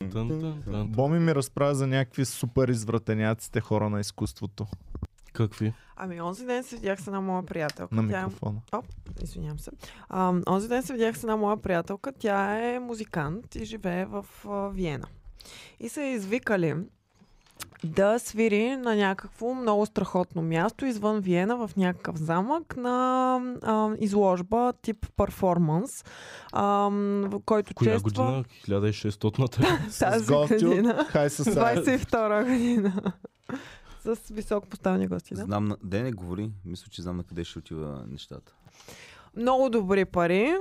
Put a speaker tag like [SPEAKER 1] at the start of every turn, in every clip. [SPEAKER 1] Тън, тън, тън, тън.
[SPEAKER 2] Боми ми разправя за някакви супер извратеняците хора на изкуството.
[SPEAKER 1] Какви?
[SPEAKER 3] Ами, онзи ден се видях с една моя приятелка.
[SPEAKER 2] На
[SPEAKER 3] Тя е
[SPEAKER 2] микрофона.
[SPEAKER 3] Извинявам се. А, онзи ден се видях с една моя приятелка. Тя е музикант и живее в а, Виена. И са я извикали да свири на някакво много страхотно място извън Виена, в някакъв замък, на а, изложба тип перформанс, а, в който
[SPEAKER 1] Коя
[SPEAKER 3] чества
[SPEAKER 1] година? 1600-та.
[SPEAKER 2] С
[SPEAKER 3] тази
[SPEAKER 2] гости
[SPEAKER 3] година.
[SPEAKER 2] от Хай Society.
[SPEAKER 3] 22 година. С високо поставени гости, да?
[SPEAKER 4] Знам, на... де не говори, мисля, че знам на къде ще отива нещата.
[SPEAKER 3] много добри пари.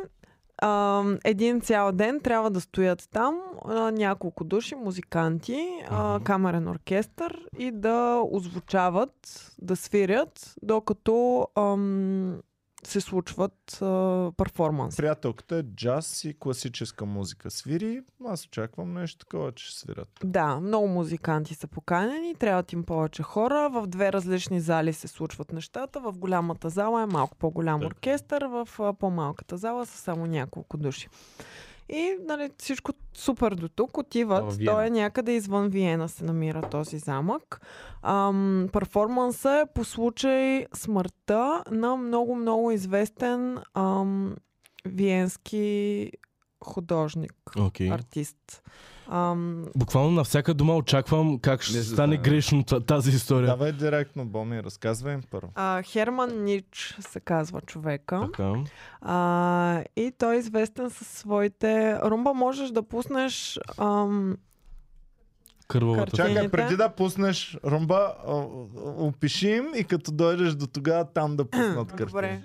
[SPEAKER 3] А, един цял ден трябва да стоят там а, няколко души, музиканти, а,
[SPEAKER 1] Мгм.
[SPEAKER 3] камерен оркестър и да озвучават, да свирят, докато ам, се случват а, перформанс.
[SPEAKER 2] Приятелката е джаз и класическа музика. Свири, аз очаквам нещо такова, че ще свирят.
[SPEAKER 3] Да, много музиканти са поканени, трябват им повече хора. В две различни зали се случват нещата. В голямата зала е малко по-голям
[SPEAKER 1] Така.
[SPEAKER 3] оркестър, в а, по-малката зала са само няколко души. И нали, всичко супер до тук
[SPEAKER 1] А, в
[SPEAKER 3] отиват.
[SPEAKER 1] Виена.
[SPEAKER 3] Той е някъде извън Виена се намира този замък. Ам, перформанса е по случай смъртта на много-много известен ам, виенски художник,
[SPEAKER 1] Окей.
[SPEAKER 3] артист. Ам,
[SPEAKER 1] Буквално на всяка дума очаквам как ще
[SPEAKER 4] Не се
[SPEAKER 1] стане
[SPEAKER 4] знае.
[SPEAKER 1] грешно та- тази история.
[SPEAKER 2] Давай директно, Боми, разказвай им първо.
[SPEAKER 3] А, Херман Нич се казва човека.
[SPEAKER 1] Така.
[SPEAKER 3] А, и той е известен със своите... Румба можеш да пуснеш... Ам...
[SPEAKER 1] Кървавата.
[SPEAKER 3] Карта.
[SPEAKER 2] Чакай,
[SPEAKER 3] Картините.
[SPEAKER 2] преди да пуснеш румба, а, а, опиши им и като дойдеш до тогава там да пуснат картина.
[SPEAKER 3] Добре.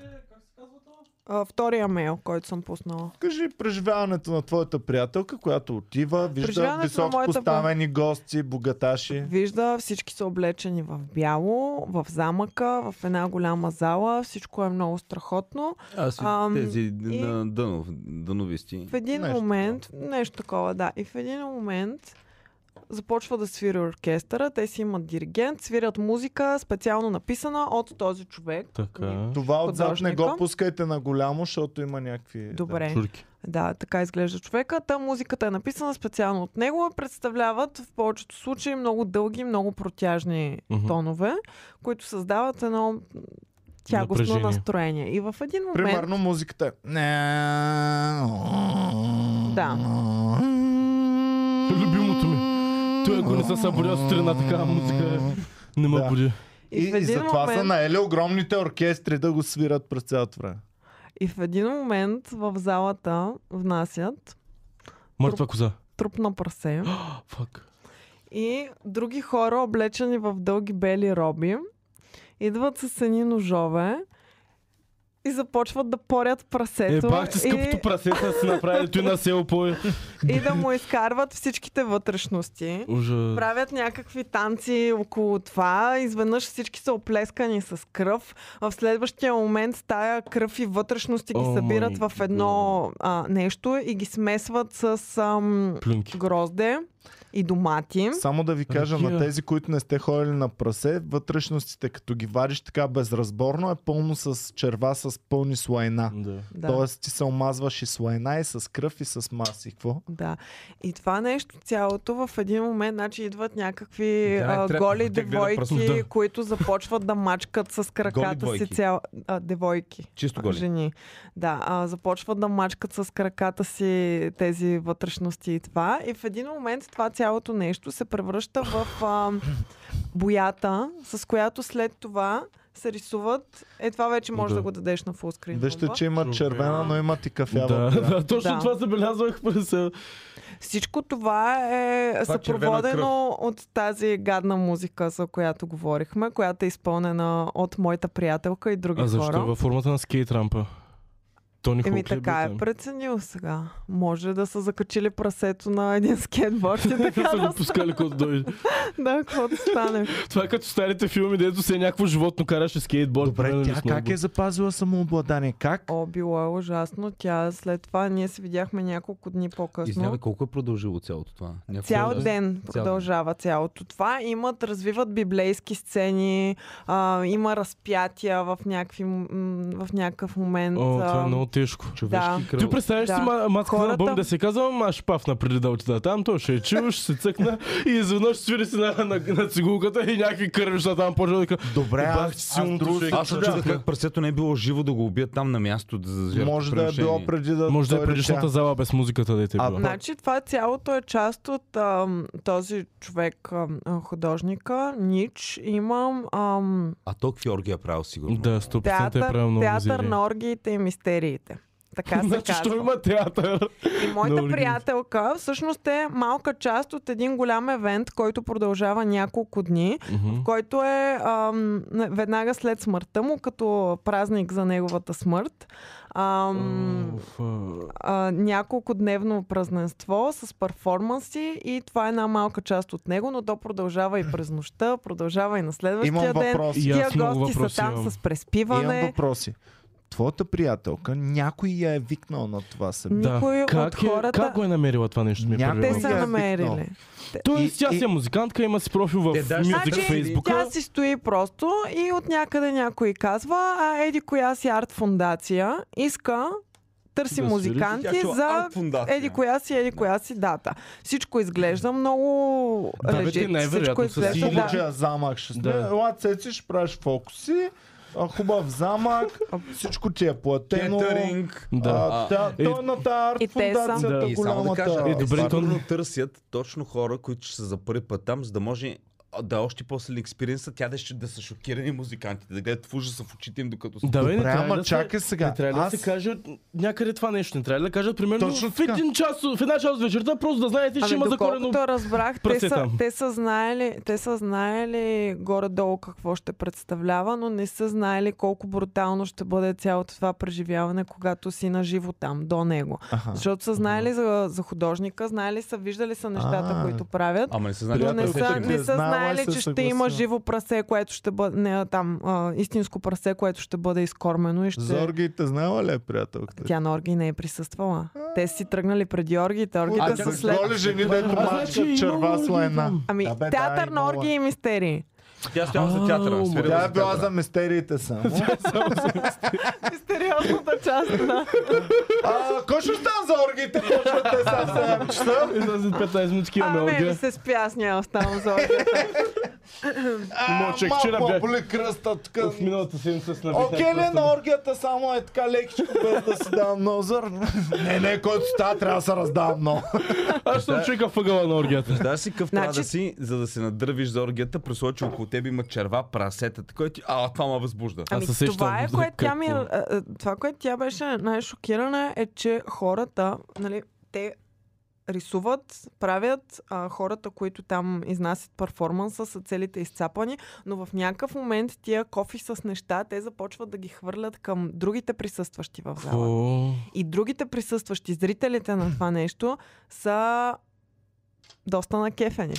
[SPEAKER 3] А, втория мейл, който съм пуснала.
[SPEAKER 2] Кажи преживяването на твоята приятелка, която отива, вижда
[SPEAKER 3] Преживяването на
[SPEAKER 2] високо
[SPEAKER 3] моята
[SPEAKER 2] поставени гости, богаташи.
[SPEAKER 3] Вижда, всички са облечени в бяло, в замъка, в една голяма зала. Всичко е много страхотно.
[SPEAKER 4] Аз и
[SPEAKER 3] Ам,
[SPEAKER 4] тези
[SPEAKER 3] и-
[SPEAKER 4] на Дънов, Дъновисти.
[SPEAKER 3] В един
[SPEAKER 2] Нещо
[SPEAKER 3] нещо момент, такова. нещо такова, да. И в един момент започва да свири оркестъра. Те си имат диригент, свирят музика, специално написана от този човек. Ами,
[SPEAKER 1] Така.
[SPEAKER 2] Това отзад не го
[SPEAKER 3] Художника.
[SPEAKER 2] пускайте на голямо, защото има някакви...
[SPEAKER 3] Добре.
[SPEAKER 1] Чурки.
[SPEAKER 3] Да, така изглежда човека. Та музиката е написана специално от него. Представляват в повечето случаи много дълги, много протяжни
[SPEAKER 1] Мгм.
[SPEAKER 3] тонове, които създават едно тягостно
[SPEAKER 1] Напрежение.
[SPEAKER 3] настроение. И в един момент...
[SPEAKER 2] Примерно музиката е...
[SPEAKER 3] Да.
[SPEAKER 2] Е
[SPEAKER 1] е Любимото ми. Той ако не се събудя сутрина, такава музика е. не ме
[SPEAKER 2] Да.
[SPEAKER 1] буди.
[SPEAKER 2] И, и,
[SPEAKER 3] в един
[SPEAKER 2] затова
[SPEAKER 3] момент...
[SPEAKER 2] са наели огромните оркестри да го свират през цялото време.
[SPEAKER 3] И в един момент в залата внасят
[SPEAKER 1] Мъртва е коза.
[SPEAKER 3] труп на прасе
[SPEAKER 1] Фак.
[SPEAKER 3] и други хора, облечени в дълги бели роби, идват с едни ножове и започват да порят
[SPEAKER 1] Е,
[SPEAKER 3] прасето.
[SPEAKER 1] бах ти скъпото
[SPEAKER 3] и...
[SPEAKER 1] прасе са си направили той на село по
[SPEAKER 3] и да му изкарват всичките вътрешности.
[SPEAKER 1] Ужас.
[SPEAKER 3] Правят някакви танци около това. Изведнъж всички са оплескани с кръв. В следващия момент тая кръв и вътрешности ги
[SPEAKER 1] О,
[SPEAKER 3] събират
[SPEAKER 1] май
[SPEAKER 3] в едно а, нещо и ги смесват с ам,
[SPEAKER 1] Плюнки.
[SPEAKER 3] грозде и домати.
[SPEAKER 2] Само да ви кажа
[SPEAKER 1] Ракия.
[SPEAKER 2] на тези, които не сте ходили на прасе, вътрешностите, като ги вариш така безразборно, е пълно с черва, с пълни слайна.
[SPEAKER 1] Да.
[SPEAKER 3] Да.
[SPEAKER 2] Тоест ти се омазваш и слайна, и с кръв, и с маси. Какво?
[SPEAKER 3] Да. И това нещо цялото в един момент, значи идват някакви
[SPEAKER 4] Да,
[SPEAKER 3] а,
[SPEAKER 4] трябва
[SPEAKER 3] голи
[SPEAKER 4] да гледа просто,
[SPEAKER 3] девойки,
[SPEAKER 1] да.
[SPEAKER 3] които започват да мачкат с краката си
[SPEAKER 4] двойки.
[SPEAKER 3] цял... А, девойки.
[SPEAKER 4] Чисто голи.
[SPEAKER 3] Жени. Да, а, започват да мачкат с краката си тези вътрешности и това. И в един момент това цялото нещо се превръща в а, боята, с която след това се рисуват. Е, това вече може
[SPEAKER 1] Да.
[SPEAKER 3] да, го дадеш на фулскрин.
[SPEAKER 2] Вижте,
[SPEAKER 3] Румба.
[SPEAKER 2] че има
[SPEAKER 1] Чувам.
[SPEAKER 2] червена, но имат и
[SPEAKER 1] Да,
[SPEAKER 2] кафява. Да.
[SPEAKER 1] да, точно
[SPEAKER 3] Да.
[SPEAKER 1] това забелязвах през. а,
[SPEAKER 3] Всичко това е
[SPEAKER 4] Това
[SPEAKER 3] съпроводено от тази гадна музика, за която говорихме, която е изпълнена от моята приятелка и други
[SPEAKER 1] А защо?
[SPEAKER 3] хора.
[SPEAKER 1] Във формата на скейт рампа. Тони
[SPEAKER 3] Еми
[SPEAKER 1] Хоук ли
[SPEAKER 3] така
[SPEAKER 1] бил
[SPEAKER 3] е
[SPEAKER 1] там?
[SPEAKER 3] преценил сега. Може да са закачили прасето на един скейтборд и така
[SPEAKER 1] са
[SPEAKER 3] да,
[SPEAKER 1] го пускали, когато дойде.
[SPEAKER 3] да, каквото стане.
[SPEAKER 1] Това е като старите филми, дето се е някакво животно караше скейтборд.
[SPEAKER 2] Добре,
[SPEAKER 1] примерно, или
[SPEAKER 2] тя как
[SPEAKER 1] сноуборд.
[SPEAKER 2] е запазила самообладание? Как?
[SPEAKER 3] О, било е ужасно. Тя след това, ние се видяхме няколко дни
[SPEAKER 4] И
[SPEAKER 3] по-късно.
[SPEAKER 4] сега, бе, колко е продължило цялото това? Няколко
[SPEAKER 3] Цял
[SPEAKER 4] е-
[SPEAKER 3] ден продължава цялото това. Имат, развиват библейски сцени, а, има разпятия в, някакви, м- м, в някакъв момент.
[SPEAKER 1] О, това е
[SPEAKER 3] а,
[SPEAKER 1] много тежко.
[SPEAKER 3] Да.
[SPEAKER 1] Ти представяш
[SPEAKER 3] Да.
[SPEAKER 1] си ма- маската на
[SPEAKER 3] Хората-
[SPEAKER 1] Боб да се казва, ама аз ще пафна преди да отида там, то ще е чил, ще се цъкна и изведнъж свири си на, на, на цигулката и някакви кървища там почва да казва.
[SPEAKER 2] Добре,
[SPEAKER 1] Бах,
[SPEAKER 2] аз,
[SPEAKER 1] че
[SPEAKER 2] аз
[SPEAKER 1] силното
[SPEAKER 2] друго
[SPEAKER 1] ще е
[SPEAKER 2] се
[SPEAKER 1] като
[SPEAKER 4] Аз се чудя
[SPEAKER 2] чудя.
[SPEAKER 4] как прасето не е било живо да го убият там на място за жертва.
[SPEAKER 2] Може да е било преди да.
[SPEAKER 1] Може да е
[SPEAKER 2] той
[SPEAKER 1] предишната
[SPEAKER 2] летя.
[SPEAKER 1] зала без музиката да е те
[SPEAKER 2] А,
[SPEAKER 1] била.
[SPEAKER 2] на-
[SPEAKER 3] Значи това цялото е част от ам, този човек, ам, а, художника, Нич. Имам ам,
[SPEAKER 4] А то Кьорги е правил сигурно.
[SPEAKER 1] Да, 100% е правил
[SPEAKER 3] театър,
[SPEAKER 1] много
[SPEAKER 3] театър
[SPEAKER 1] зеле.
[SPEAKER 3] на оргиите и мистериите. Така се
[SPEAKER 1] Значи, що
[SPEAKER 3] казва.
[SPEAKER 1] има театър?
[SPEAKER 3] И моята
[SPEAKER 1] Много любим.
[SPEAKER 3] приятелка всъщност е малка част от един голям евент, който продължава няколко дни, който е ам, веднага след смъртта му, като празник за неговата смърт. Ам,
[SPEAKER 1] Уф, а.
[SPEAKER 3] а, няколко дневно празненство с перформанси и това е една малка част от него, но то продължава и през нощта, продължава и на
[SPEAKER 2] Имам
[SPEAKER 3] следващия ден.
[SPEAKER 2] въпрос.
[SPEAKER 1] И
[SPEAKER 3] Тия
[SPEAKER 1] аз много
[SPEAKER 3] гости
[SPEAKER 1] въпроси
[SPEAKER 3] са там
[SPEAKER 1] имам.
[SPEAKER 3] с
[SPEAKER 2] Имам
[SPEAKER 3] преспиване.
[SPEAKER 2] въпроси. Твоята приятелка, някой я е викнал на това събитие.
[SPEAKER 3] Никой
[SPEAKER 1] Да.
[SPEAKER 3] от
[SPEAKER 1] Как,
[SPEAKER 3] хората-
[SPEAKER 1] е, как го е намерила това нещо? Ми е
[SPEAKER 2] Някъде
[SPEAKER 3] Те
[SPEAKER 1] първият
[SPEAKER 2] Никой
[SPEAKER 3] са
[SPEAKER 2] я е
[SPEAKER 1] въпрос.
[SPEAKER 3] намерили.
[SPEAKER 2] викнал.
[SPEAKER 1] Тоест, тя
[SPEAKER 2] и-
[SPEAKER 1] си е музикантка, има си профил в
[SPEAKER 4] Е, даже
[SPEAKER 1] Music
[SPEAKER 3] Значи,
[SPEAKER 1] в Фейсбука.
[SPEAKER 3] Тя си стои просто и от някъде някой казва, а еди коя си арт фундация иска търси
[SPEAKER 1] Да свири.
[SPEAKER 3] музиканти за еди коя си, еди коя си дата. Всичко изглежда много
[SPEAKER 1] Да, бе, те
[SPEAKER 3] режит. Всичко
[SPEAKER 1] най-вероятно са си
[SPEAKER 3] изглежда,
[SPEAKER 2] Или че
[SPEAKER 3] да.
[SPEAKER 2] я замах ще сме.
[SPEAKER 1] Да.
[SPEAKER 2] Ела, цеци, ще правиш фокуси. а, Хубав замък, всичко ти е платено.
[SPEAKER 4] Кетеринг.
[SPEAKER 1] Да.
[SPEAKER 2] А,
[SPEAKER 4] А,
[SPEAKER 2] тя-
[SPEAKER 1] е-
[SPEAKER 2] той е на тази
[SPEAKER 3] И
[SPEAKER 2] арт
[SPEAKER 3] те са.
[SPEAKER 2] фундацията,
[SPEAKER 1] Да.
[SPEAKER 4] И само да кажа,
[SPEAKER 2] голямата.
[SPEAKER 4] е, добре,
[SPEAKER 1] добре, то-
[SPEAKER 4] сигурно търсят точно хора, които ще са за първи път там, за да може а, да е още после експириенса, тя да, ще, да са шокирани музикантите, да гледат в ужаса в очите им, докато са...
[SPEAKER 1] Да, бе, не
[SPEAKER 2] Добре,
[SPEAKER 1] трябва
[SPEAKER 2] ама
[SPEAKER 1] да се-
[SPEAKER 2] чакай сега.
[SPEAKER 1] Не трябва да
[SPEAKER 2] Аз
[SPEAKER 1] се каже някъде това нещо. Не трябва ли да кажат примерно
[SPEAKER 2] Точно
[SPEAKER 1] в
[SPEAKER 2] така.
[SPEAKER 1] един час, в една част вечерта, просто да знаете, че
[SPEAKER 3] Ами,
[SPEAKER 1] има заколено.
[SPEAKER 3] доколкото разбрах, те
[SPEAKER 1] пръсе
[SPEAKER 3] са,
[SPEAKER 1] там.
[SPEAKER 3] те са знаели, те са знаели горе-долу какво ще представлява, но не са знаели колко брутално ще бъде цялото това преживяване, когато си наживо там, до него.
[SPEAKER 2] Аха.
[SPEAKER 3] Защото са знаели за, за художника, знаели са, виждали са нещата,
[SPEAKER 2] А.
[SPEAKER 3] които правят.
[SPEAKER 4] Ама не се знае,
[SPEAKER 3] Но
[SPEAKER 2] приятел
[SPEAKER 3] не
[SPEAKER 2] се
[SPEAKER 3] са, не
[SPEAKER 2] е
[SPEAKER 3] са
[SPEAKER 2] знаела и
[SPEAKER 3] знаели,
[SPEAKER 2] се е
[SPEAKER 3] че ще има
[SPEAKER 2] съгласила.
[SPEAKER 3] живо прасе, което ще бъде, не, а, там, а, истинско прасе, което ще бъде изкормено и ще...
[SPEAKER 2] За оргиите знаела ли е приятелката?
[SPEAKER 3] Тя на орги не е присъствала. Те си тръгнали преди оргиите, оргите
[SPEAKER 2] А,
[SPEAKER 3] са
[SPEAKER 2] за
[SPEAKER 3] след...
[SPEAKER 2] голи жени, дето
[SPEAKER 1] А, значи
[SPEAKER 2] мачкат
[SPEAKER 1] имало
[SPEAKER 2] черва
[SPEAKER 1] оргии
[SPEAKER 2] с лайна.
[SPEAKER 1] там.
[SPEAKER 3] Ами,
[SPEAKER 2] Абе, да,
[SPEAKER 3] театър на
[SPEAKER 2] имала.
[SPEAKER 3] орги и мистерии.
[SPEAKER 4] Тя стояла за театъра.
[SPEAKER 1] Ау,
[SPEAKER 4] свирила
[SPEAKER 2] Тя
[SPEAKER 4] за
[SPEAKER 2] е била за
[SPEAKER 4] театъра.
[SPEAKER 2] е мистериите само.
[SPEAKER 3] Мистериозната част на...
[SPEAKER 2] А, кой ще остава за оргиите? Почват те са в 7 часа.
[SPEAKER 1] И за след 15 минути имаме
[SPEAKER 3] А, не, ми
[SPEAKER 1] аудио.
[SPEAKER 3] се спясня оставам за оргията.
[SPEAKER 2] А,
[SPEAKER 1] Мочек, вчера
[SPEAKER 2] малко
[SPEAKER 1] бях-
[SPEAKER 2] боли кръста тук.
[SPEAKER 1] В миналата седмица с набитна
[SPEAKER 2] Окей ли на оргията само е така лекичко, без да си давам нозър? Не, не, който става, трябва да се раздавам много.
[SPEAKER 1] Аз съм човека въгъла на оргията.
[SPEAKER 4] Да си къв трябва да
[SPEAKER 3] Значи-
[SPEAKER 4] си, за да се надървиш за оргията, при случай, че около теб има черва, прасета, такова и ти, а, това ме възбужда.
[SPEAKER 1] Аз
[SPEAKER 3] Ами,
[SPEAKER 1] се сещам
[SPEAKER 3] това е,
[SPEAKER 1] за
[SPEAKER 3] което тя ми...
[SPEAKER 1] какво.
[SPEAKER 3] а, а, Това, което тя беше най-шокирана е, че хората, нали, те рисуват, правят а, хората, които там изнасят перформанса, са целите изцапани, но в някакъв момент тия кофи с неща, те започват да ги хвърлят към другите присъстващи в залата.
[SPEAKER 1] Какво?
[SPEAKER 3] И другите присъстващи, зрителите на това нещо, са доста накефени.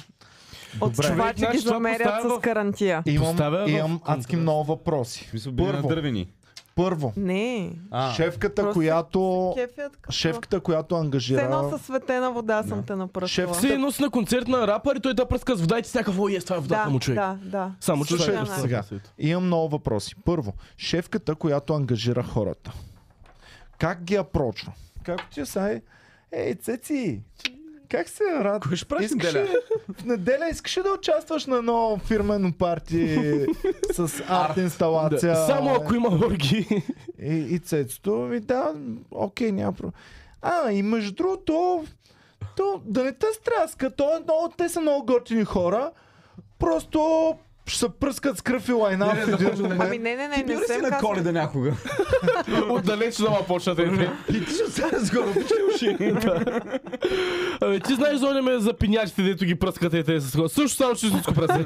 [SPEAKER 3] От
[SPEAKER 2] Добре.
[SPEAKER 3] това, че
[SPEAKER 1] Значи,
[SPEAKER 3] ги
[SPEAKER 1] това
[SPEAKER 3] замерят
[SPEAKER 1] поставя
[SPEAKER 3] с
[SPEAKER 1] в-
[SPEAKER 3] карантия.
[SPEAKER 1] Поставя
[SPEAKER 2] Имам,
[SPEAKER 1] в
[SPEAKER 2] имам адски
[SPEAKER 1] контраст.
[SPEAKER 2] много
[SPEAKER 4] В
[SPEAKER 2] въпроси.
[SPEAKER 4] смисъл, били
[SPEAKER 2] Първо.
[SPEAKER 4] надървени.
[SPEAKER 2] Първо,
[SPEAKER 3] Не.
[SPEAKER 4] А,
[SPEAKER 2] шефката,
[SPEAKER 3] Просто
[SPEAKER 2] която...
[SPEAKER 3] Кефят като...
[SPEAKER 2] Шефката, която
[SPEAKER 3] С едно
[SPEAKER 2] ангажира...
[SPEAKER 3] със светена вода съм те напръскала.
[SPEAKER 2] Шеф
[SPEAKER 1] Все едно си на концерт на рапър и той да пръска с вода и ти всяка о, ес, това е водата
[SPEAKER 3] да,
[SPEAKER 1] му човек.
[SPEAKER 3] да, да.
[SPEAKER 1] Само че
[SPEAKER 2] Слушай,
[SPEAKER 1] това е пръска.
[SPEAKER 2] сега. Имам много въпроси. Първо, шефката, която ангажира хората. Как ги апрочва? Както ти сега е... Ей, цеци! Как се рад?
[SPEAKER 4] Кой ще прави
[SPEAKER 2] Искаш
[SPEAKER 4] неделя?
[SPEAKER 2] ли- В неделя искаш ли да участваш на едно фирмено парти с арт
[SPEAKER 1] Да.
[SPEAKER 2] инсталация?
[SPEAKER 1] Само ако има орги.
[SPEAKER 2] И, и цецето ми да, окей, няма проблем. А, и между другото, то, да не те страска, то е много, те са много готини хора, просто ще се пръскат с кръв и лайна в един
[SPEAKER 3] Ами
[SPEAKER 2] момент.
[SPEAKER 3] не, не, не,
[SPEAKER 4] ти
[SPEAKER 3] не
[SPEAKER 4] бил ли си
[SPEAKER 3] съм
[SPEAKER 4] на
[SPEAKER 3] казала.
[SPEAKER 4] коледа някога?
[SPEAKER 1] Отдалеч да ма почнат. е, те.
[SPEAKER 4] И ти ще се разгоро, пиш ли уши?
[SPEAKER 1] Абе, ти знаеш, Зоня, ме за пинячите, дето ги пръскате те с хора. Също само чистичко прасе.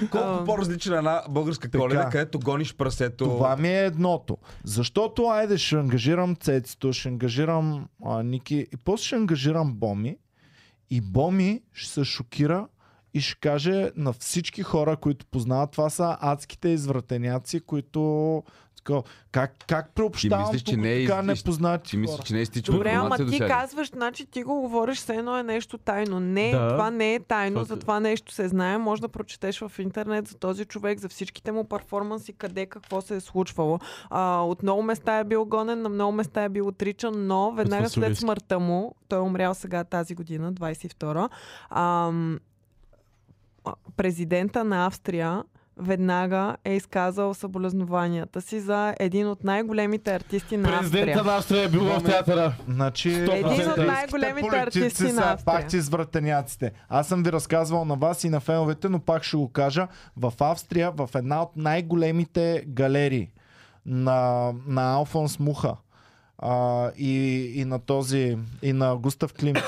[SPEAKER 4] Колко
[SPEAKER 3] А.
[SPEAKER 4] по-различна е една българска
[SPEAKER 2] Така.
[SPEAKER 4] коледа, където гониш прасето.
[SPEAKER 2] Това ми е едното. Защото, айде, ще ангажирам Цецето, ще ангажирам а, Ники и после ще ангажирам Боми. И Боми ще се шокира и ще каже на всички хора, които познават, това са адските извратеняци, които Такова, Как, как
[SPEAKER 5] Ти
[SPEAKER 2] приобщавам
[SPEAKER 5] мислиш, че
[SPEAKER 2] тук
[SPEAKER 5] не е
[SPEAKER 2] така
[SPEAKER 5] из-
[SPEAKER 2] непознати
[SPEAKER 5] Ти мислиш,
[SPEAKER 2] хора?
[SPEAKER 5] че не е стичва
[SPEAKER 3] Добре, ама
[SPEAKER 5] информация
[SPEAKER 3] ти
[SPEAKER 5] до сега.
[SPEAKER 3] казваш, значи ти го говориш, все едно е нещо тайно. Не,
[SPEAKER 1] Да.
[SPEAKER 3] това не е тайно,
[SPEAKER 1] Това-
[SPEAKER 3] за това нещо се знае. Може да прочетеш в интернет за този човек, за всичките му перформанси, къде какво се е случвало. А, от много места е бил гонен, на много места е бил отричан, но веднага след
[SPEAKER 1] Василевски.
[SPEAKER 3] смъртта му, той е умрял сега тази година, 22-а, ам, а, президента на Австрия веднага е изказал съболезнованията си за един от най-големите артисти на Австрия.
[SPEAKER 1] Президента на Австрия е бил в театъра.
[SPEAKER 2] Значи,
[SPEAKER 1] Един от
[SPEAKER 3] най-големите
[SPEAKER 2] политиците
[SPEAKER 3] артисти на
[SPEAKER 2] са
[SPEAKER 3] Австрия.
[SPEAKER 2] пак ти извратеняците. Аз съм ви разказвал на вас и на феновете, но пак ще го кажа. В Австрия, в една от най-големите галерии на, на Алфонс Муха а, и, и, на този, и на Густав Климт.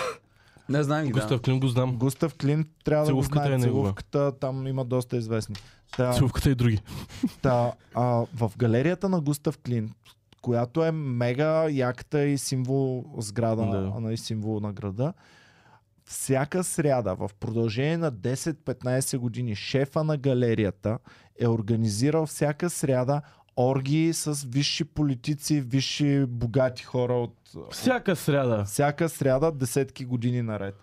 [SPEAKER 4] Не знаем ги, да.
[SPEAKER 1] Густав Клим го знам.
[SPEAKER 2] Густав Климт трябва да го
[SPEAKER 1] Целувката
[SPEAKER 2] знае.
[SPEAKER 1] е негова.
[SPEAKER 2] Целувката, там има доста известни. Та,
[SPEAKER 1] Цилката и други.
[SPEAKER 2] Та, а, в галерията на Густав Клин, която е мега яката и символ сграда,
[SPEAKER 1] Да.
[SPEAKER 2] да. и символ на града, всяка сряда в продължение на 10-15 години шефа на галерията е организирал всяка сряда оргии с висши политици, висши богати хора от
[SPEAKER 1] Всяка сряда.
[SPEAKER 2] всяка сряда десетки години наред.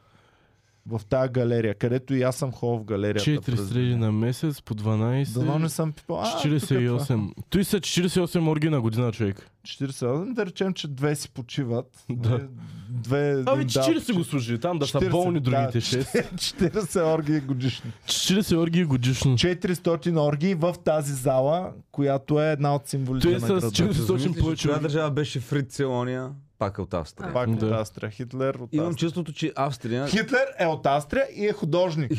[SPEAKER 2] В тази галерия, където и аз съм ходил в галерията.
[SPEAKER 1] Четири
[SPEAKER 2] през
[SPEAKER 1] среди
[SPEAKER 2] деня.
[SPEAKER 1] на месец по 12.
[SPEAKER 2] Дано не съм пипал. А, тук е това.
[SPEAKER 1] 48. Той са 48 орги на година, човек.
[SPEAKER 2] 48, да речем, че две си почиват. Нали,
[SPEAKER 1] Да.
[SPEAKER 2] Две, един
[SPEAKER 1] Ами
[SPEAKER 2] дава
[SPEAKER 1] 40 го служи, там да са
[SPEAKER 2] 40,
[SPEAKER 1] болни другите
[SPEAKER 2] да.
[SPEAKER 1] 6.
[SPEAKER 2] 40 оргии годишни.
[SPEAKER 1] 40 орги годишно.
[SPEAKER 2] 400 оргии в тази зала, която е една от символите
[SPEAKER 1] Той
[SPEAKER 2] на
[SPEAKER 1] с
[SPEAKER 2] града.
[SPEAKER 1] 400
[SPEAKER 4] Мислиш, че
[SPEAKER 1] повече.
[SPEAKER 4] Коя държава беше Фрид Целония? Пак е от Австрия.
[SPEAKER 2] Пак от
[SPEAKER 1] Да.
[SPEAKER 2] Астрия. Хитлер от
[SPEAKER 4] Имам
[SPEAKER 2] Австрия.
[SPEAKER 4] чувството, че Австрия...
[SPEAKER 2] Хитлер е от Австрия и е художник.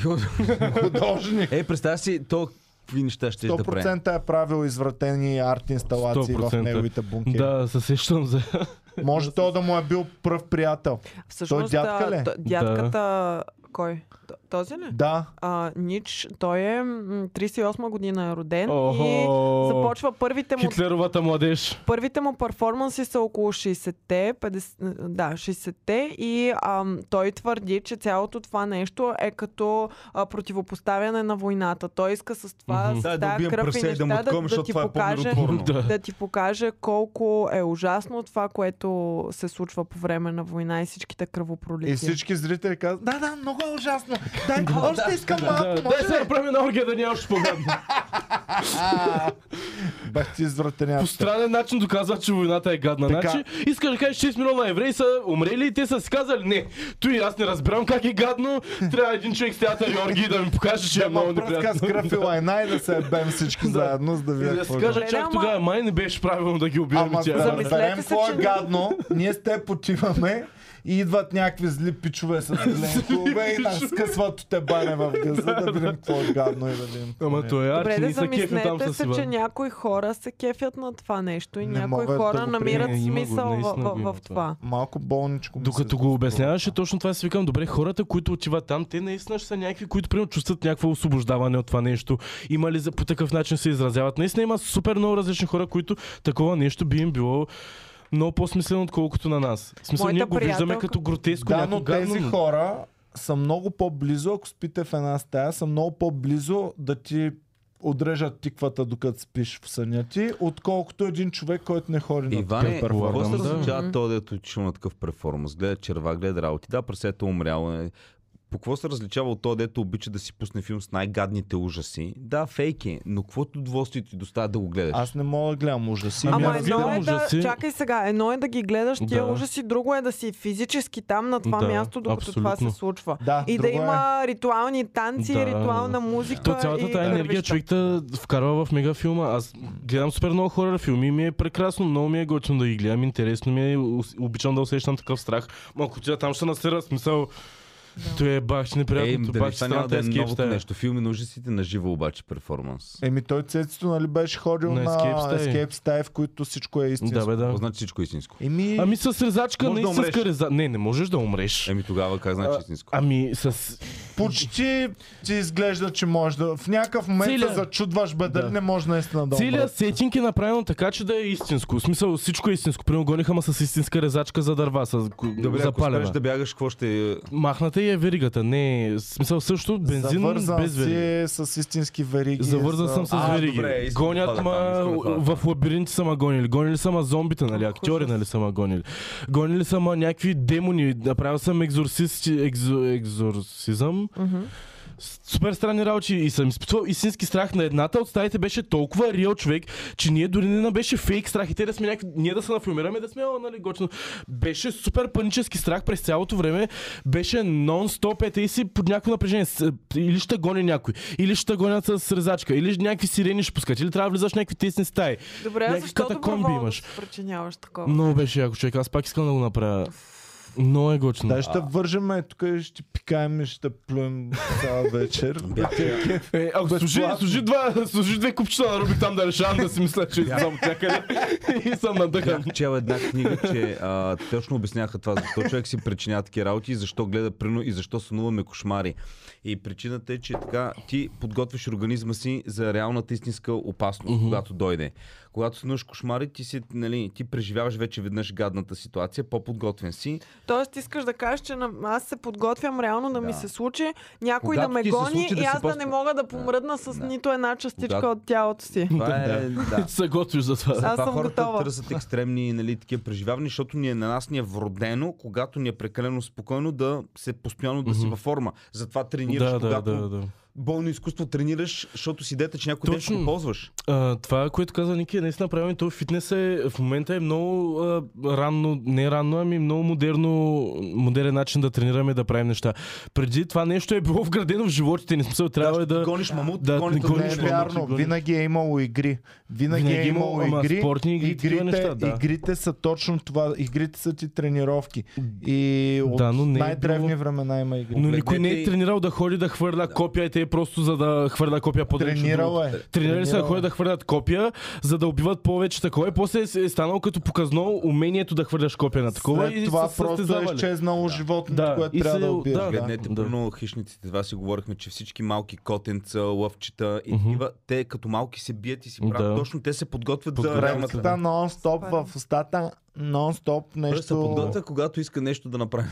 [SPEAKER 2] художник.
[SPEAKER 4] Е, представя си, то какви неща ще да прави.
[SPEAKER 2] 100% е правил извратени арт инсталации в
[SPEAKER 1] 100%.
[SPEAKER 2] неговите бункери.
[SPEAKER 1] Да, се сещам за...
[SPEAKER 2] Може той да му е бил пръв приятел.
[SPEAKER 3] Всъщност,
[SPEAKER 2] Той дядка
[SPEAKER 3] а,
[SPEAKER 2] ли?
[SPEAKER 3] т- дядката... Кой? Т- Този ли?
[SPEAKER 2] Да,
[SPEAKER 3] А, Нич, той е м, 38 година е роден и
[SPEAKER 1] Охо.
[SPEAKER 3] започва първите му,
[SPEAKER 1] Хитлеровата младеж.
[SPEAKER 3] първите му перформанси са около 60-те, 50, да, 60-те и ам, той твърди, че цялото това нещо е като а, противопоставяне на войната. Той иска с това,
[SPEAKER 1] Мгм.
[SPEAKER 3] с
[SPEAKER 4] Да, да
[SPEAKER 3] тази
[SPEAKER 4] убием
[SPEAKER 3] кръв и
[SPEAKER 4] пръсе и да
[SPEAKER 3] неща
[SPEAKER 4] му
[SPEAKER 3] да, да,
[SPEAKER 4] откъм, защото
[SPEAKER 3] ти
[SPEAKER 4] това е
[SPEAKER 3] покаже
[SPEAKER 4] по-миротворно.
[SPEAKER 1] Да.
[SPEAKER 3] да ти покаже колко е ужасно това, което се случва по време на война и всичките кръвопролития.
[SPEAKER 2] и всички зрители казват, да, да, много е ужасно. Дай, още искам малко,
[SPEAKER 1] Да,
[SPEAKER 2] може
[SPEAKER 1] дай се направим на оргия да ни е още погледна.
[SPEAKER 2] Бах ти извратеня.
[SPEAKER 1] По странен начин доказва, че войната е гадна.
[SPEAKER 2] Така.
[SPEAKER 1] Значи, искаш да кажеш 6 милиона евреи са умрели и те са си казали не. Той аз не разбирам как е гадно. Трябва един човек с театър Георги да ми покаже, че е
[SPEAKER 2] Да
[SPEAKER 1] много
[SPEAKER 2] ма пръска с
[SPEAKER 1] неприятно.
[SPEAKER 2] кръв и лайна и да се ебем всички заедно, за да
[SPEAKER 1] И
[SPEAKER 2] видя
[SPEAKER 1] да си
[SPEAKER 2] какво
[SPEAKER 1] кажа,
[SPEAKER 3] Добре,
[SPEAKER 1] чак
[SPEAKER 3] Е, ама-
[SPEAKER 1] тогава май не беше правилно да ги убиваме
[SPEAKER 2] Ама за
[SPEAKER 1] тя.
[SPEAKER 2] да
[SPEAKER 3] Замислете
[SPEAKER 2] разберем
[SPEAKER 3] се,
[SPEAKER 2] какво е
[SPEAKER 3] че-
[SPEAKER 2] гадно, ние с те потиваме и идват някакви зли пичове с зелен клубе и нас скъсват от ебане в газа да видим какво е гадно и да видим. какво не
[SPEAKER 1] Ама
[SPEAKER 2] е.
[SPEAKER 1] той е
[SPEAKER 3] Добре,
[SPEAKER 1] арти,
[SPEAKER 3] да
[SPEAKER 1] не са кефи там
[SPEAKER 3] замислете
[SPEAKER 1] с
[SPEAKER 3] се, че
[SPEAKER 1] Иван.
[SPEAKER 3] някои хора се кефят на това нещо и
[SPEAKER 2] Не
[SPEAKER 3] някои
[SPEAKER 2] мога да
[SPEAKER 3] хора
[SPEAKER 2] го приема.
[SPEAKER 3] намират
[SPEAKER 1] Е, има го,
[SPEAKER 3] смисъл в,
[SPEAKER 1] наистина
[SPEAKER 3] в,
[SPEAKER 1] го има
[SPEAKER 3] в, това.
[SPEAKER 2] Малко болничко. ми се
[SPEAKER 1] Докато го
[SPEAKER 2] струва.
[SPEAKER 1] обясняваше, точно това си викам, добре, хората, които отиват там, те наистина ще са някакви, които примерно чувстват някакво освобождаване от това нещо. Има ли за, по такъв начин се изразяват? Наистина има супер много различни хора, които такова нещо би им било много по-смислено, отколкото на нас. В смисъл,
[SPEAKER 3] Моята
[SPEAKER 1] ние го виждаме
[SPEAKER 3] приятелка-
[SPEAKER 1] като гротеско,
[SPEAKER 2] Да,
[SPEAKER 1] някакво
[SPEAKER 2] но тези
[SPEAKER 1] гадно.
[SPEAKER 2] хора са много по-близо, ако спите в една стая, са много по-близо да ти отрежат тиквата докато спиш в съня ти, отколкото един човек, който не ходи на
[SPEAKER 4] Иване,
[SPEAKER 2] такива
[SPEAKER 4] какво
[SPEAKER 2] перформанси.
[SPEAKER 4] се
[SPEAKER 1] перформанс, да.
[SPEAKER 4] различава то, дето отишъл на е такъв перформанс? Гледа черва, гледа работи. Да, прасето е умряло. е. По какво се различава от то, дето обича да си пусне филм с най-гадните ужаси? Да, фейк е, но каквото удоволствие ти доставя да го гледаш?
[SPEAKER 2] Аз не мога да гледам ужаси.
[SPEAKER 1] Ами
[SPEAKER 3] Ама
[SPEAKER 1] аз
[SPEAKER 3] едно
[SPEAKER 1] гледам
[SPEAKER 3] е да,
[SPEAKER 1] ужаси.
[SPEAKER 3] чакай сега, едно е да ги гледаш тия
[SPEAKER 1] Да.
[SPEAKER 3] ужаси, друго е да си физически там на това
[SPEAKER 1] Да,
[SPEAKER 3] място, докато това
[SPEAKER 1] абсолютно.
[SPEAKER 3] се случва.
[SPEAKER 2] Да,
[SPEAKER 3] И да
[SPEAKER 2] друго е.
[SPEAKER 3] има ритуални танци,
[SPEAKER 1] Да.
[SPEAKER 3] ритуална музика.
[SPEAKER 1] То цялата
[SPEAKER 3] и
[SPEAKER 1] тази енергия
[SPEAKER 3] вървиш
[SPEAKER 1] човек да вкарва в мегафилма. Аз гледам супер много хора филми и ми е прекрасно, много ми е готино да ги гледам, интересно ми е, ус- обичам да усещам такъв страх. Малко тя там ще насера смисъл. Той е бах, че
[SPEAKER 4] Ей,
[SPEAKER 1] неприятното,
[SPEAKER 4] да не
[SPEAKER 1] бах, че
[SPEAKER 4] това няма
[SPEAKER 1] страната
[SPEAKER 4] да
[SPEAKER 1] е
[SPEAKER 4] е
[SPEAKER 1] с кеф
[SPEAKER 4] новото
[SPEAKER 1] стая.
[SPEAKER 4] нещо. Филми на ужасите на живо обаче перформанс.
[SPEAKER 2] Еми той цецето нали беше ходил
[SPEAKER 1] На
[SPEAKER 2] на,
[SPEAKER 1] escape
[SPEAKER 2] на
[SPEAKER 1] стаи.
[SPEAKER 2] ескейп стаи, в които всичко е истинско.
[SPEAKER 1] Да, бе, да.
[SPEAKER 4] Какво значи всичко е истинско?
[SPEAKER 2] Еми,
[SPEAKER 1] Ами с резачка,
[SPEAKER 4] Може
[SPEAKER 1] не
[SPEAKER 4] да
[SPEAKER 1] истинска
[SPEAKER 4] умреш.
[SPEAKER 1] е, реза... Не, не можеш да умреш.
[SPEAKER 4] Еми тогава как значи истинско?
[SPEAKER 1] Ами с...
[SPEAKER 2] почти ти изглежда, че можеш да... В някакъв момент
[SPEAKER 1] Целия-
[SPEAKER 2] се зачудваш, бе, дали
[SPEAKER 1] Да.
[SPEAKER 2] не може наистина да умре.
[SPEAKER 1] Целият сетинг е направено така, че да е истинско. В смисъл всичко е истинско. Примерно гониха ма с истинска резачка за дърва, с
[SPEAKER 4] Добре,
[SPEAKER 1] Добре,
[SPEAKER 4] ако спреш
[SPEAKER 1] запалена.
[SPEAKER 4] да бягаш, какво ще...
[SPEAKER 1] Махната и е веригата. Не, в смисъл също бензин
[SPEAKER 2] Завързан
[SPEAKER 1] без
[SPEAKER 2] си
[SPEAKER 1] верига.
[SPEAKER 2] е с истински вериги.
[SPEAKER 1] Завързан
[SPEAKER 2] за-
[SPEAKER 1] съм с
[SPEAKER 4] А,
[SPEAKER 1] вериги.
[SPEAKER 4] добре, искам да
[SPEAKER 1] гонят
[SPEAKER 4] хвана
[SPEAKER 1] ма
[SPEAKER 4] там, искам да хвана
[SPEAKER 1] в лабиринти са ма гонили. Гонили са ма зомбита, нали? Актьори, нали са ма гонили. Гонили са ма някакви демони. Направил съм екзорсист, екзо, екзорсизъм.
[SPEAKER 3] Мгм.
[SPEAKER 1] Супер странни работи и съм изпитвал истински страх на едната от стаите беше толкова реал човек, че ние дори не на беше фейк страх и те да сме някакви, ние да се нафилмираме да сме, о, нали, гочно. Беше супер панически страх през цялото време, беше нон-стоп, ете и си под някакво напрежение. С- е, Или ще гони някой, или ще гонят с резачка, или някакви сирени ще пускат, или трябва да влизаш в някакви тесни стаи.
[SPEAKER 3] Добре, а
[SPEAKER 1] Някакви
[SPEAKER 3] защо
[SPEAKER 1] катакомби
[SPEAKER 3] доброволно
[SPEAKER 1] имаш.
[SPEAKER 3] имаш. причиняваш такова?
[SPEAKER 1] Много беше яко човек, аз пак искам да го направя. Много е гочно.
[SPEAKER 2] Да, ще вържем е тук и ще пикаем и ще плюем цяла вечер.
[SPEAKER 1] Е, ако служи, служи, два, служи две купчета на Рубик там да решавам да си мисля, че съм от някъде и съм надъхан.
[SPEAKER 4] Бях чел една книга, че а, точно обясняха това, защо човек си причинява такива работи и защо гледа прино и защо сънуваме кошмари. И причината е, че така ти подготвяш организма си за реалната истинска опасност, mm-hmm. когато дойде. Когато сънуваш кошмари, ти, си, нали, ти преживяваш вече веднъж гадната ситуация, по-подготвен си.
[SPEAKER 3] Тоест искаш да кажеш, че на... аз се подготвям реално да, ми
[SPEAKER 4] Да.
[SPEAKER 3] се случи, някой
[SPEAKER 4] Когато
[SPEAKER 3] да ме
[SPEAKER 4] ти се
[SPEAKER 3] гони
[SPEAKER 4] случи да
[SPEAKER 3] и
[SPEAKER 4] си
[SPEAKER 3] аз да
[SPEAKER 4] просто-
[SPEAKER 3] не мога да помръдна с
[SPEAKER 4] Да.
[SPEAKER 3] нито една частичка
[SPEAKER 4] Когато-
[SPEAKER 3] от тялото си.
[SPEAKER 4] Това е, да.
[SPEAKER 1] Се готвиш за това.
[SPEAKER 3] Аз
[SPEAKER 4] Това
[SPEAKER 3] съм
[SPEAKER 4] хората
[SPEAKER 3] готова.
[SPEAKER 4] търсят екстремни нали, такива преживявания, защото ние, на нас ни е вродено, когато ни е прекалено спокойно да се постоянно да си във форма. Затова тренираш,
[SPEAKER 1] Да, да,
[SPEAKER 4] когато
[SPEAKER 1] да, да.
[SPEAKER 4] болно изкуство тренираш, защото си дете, че някой ден ще
[SPEAKER 1] Точно.
[SPEAKER 4] го ползваш.
[SPEAKER 1] А, това, което каза Ники, е наистина правилно. То фитнес е, в момента е много а, ранно, не ранно, ами много модерно, модерен начин да тренираме, да правим неща. Преди това нещо е било вградено в животите ни. В Смисъл, трябва е да...
[SPEAKER 4] гониш мамут,
[SPEAKER 1] да,
[SPEAKER 4] гоните
[SPEAKER 1] гониш
[SPEAKER 2] Не е
[SPEAKER 1] Гониш мамут.
[SPEAKER 2] вярно,
[SPEAKER 1] гониш.
[SPEAKER 2] винаги е имало игри. Винаги,
[SPEAKER 1] Винаги
[SPEAKER 2] е имало
[SPEAKER 1] ама
[SPEAKER 2] игри.
[SPEAKER 1] спортни игри, такива
[SPEAKER 2] игрите,
[SPEAKER 1] неща, да.
[SPEAKER 2] игрите са точно това. Игрите са ти тренировки. И от
[SPEAKER 1] Да, но не е
[SPEAKER 2] най-древни
[SPEAKER 1] било-
[SPEAKER 2] времена има игри.
[SPEAKER 1] Но никой не е
[SPEAKER 4] Погледнете и-
[SPEAKER 1] тренирал да ходи да хвърля копия, и те е просто за да хвърля копия по
[SPEAKER 2] Тренирал е.
[SPEAKER 1] Тренирали са да
[SPEAKER 2] Тренирал е.
[SPEAKER 1] ходят да хвърлят копия, за да убиват повече такова. И после е- е станало като показно умението да хвърляш копия на такова.
[SPEAKER 2] След
[SPEAKER 1] и
[SPEAKER 2] това
[SPEAKER 1] са се
[SPEAKER 2] просто е
[SPEAKER 1] състезавали.
[SPEAKER 2] изчезнало животното,
[SPEAKER 1] Да,
[SPEAKER 2] което
[SPEAKER 1] и
[SPEAKER 2] трябва
[SPEAKER 1] се-
[SPEAKER 2] да убиеш.
[SPEAKER 1] да,
[SPEAKER 2] да.
[SPEAKER 4] Погледнете,
[SPEAKER 1] да.
[SPEAKER 4] примерно хищниците, това си говорихме, че всички малки котенца, лъвчета и такива, те като малки се бият и си правят.
[SPEAKER 1] Да.
[SPEAKER 4] Точно те се подготвят за
[SPEAKER 1] Подготвят
[SPEAKER 4] реалната.
[SPEAKER 1] се,
[SPEAKER 2] Пръста
[SPEAKER 1] да.
[SPEAKER 2] нон-стоп в устата, нон-стоп
[SPEAKER 4] Той се
[SPEAKER 2] нещо.
[SPEAKER 4] подготвя, когато иска нещо да направи.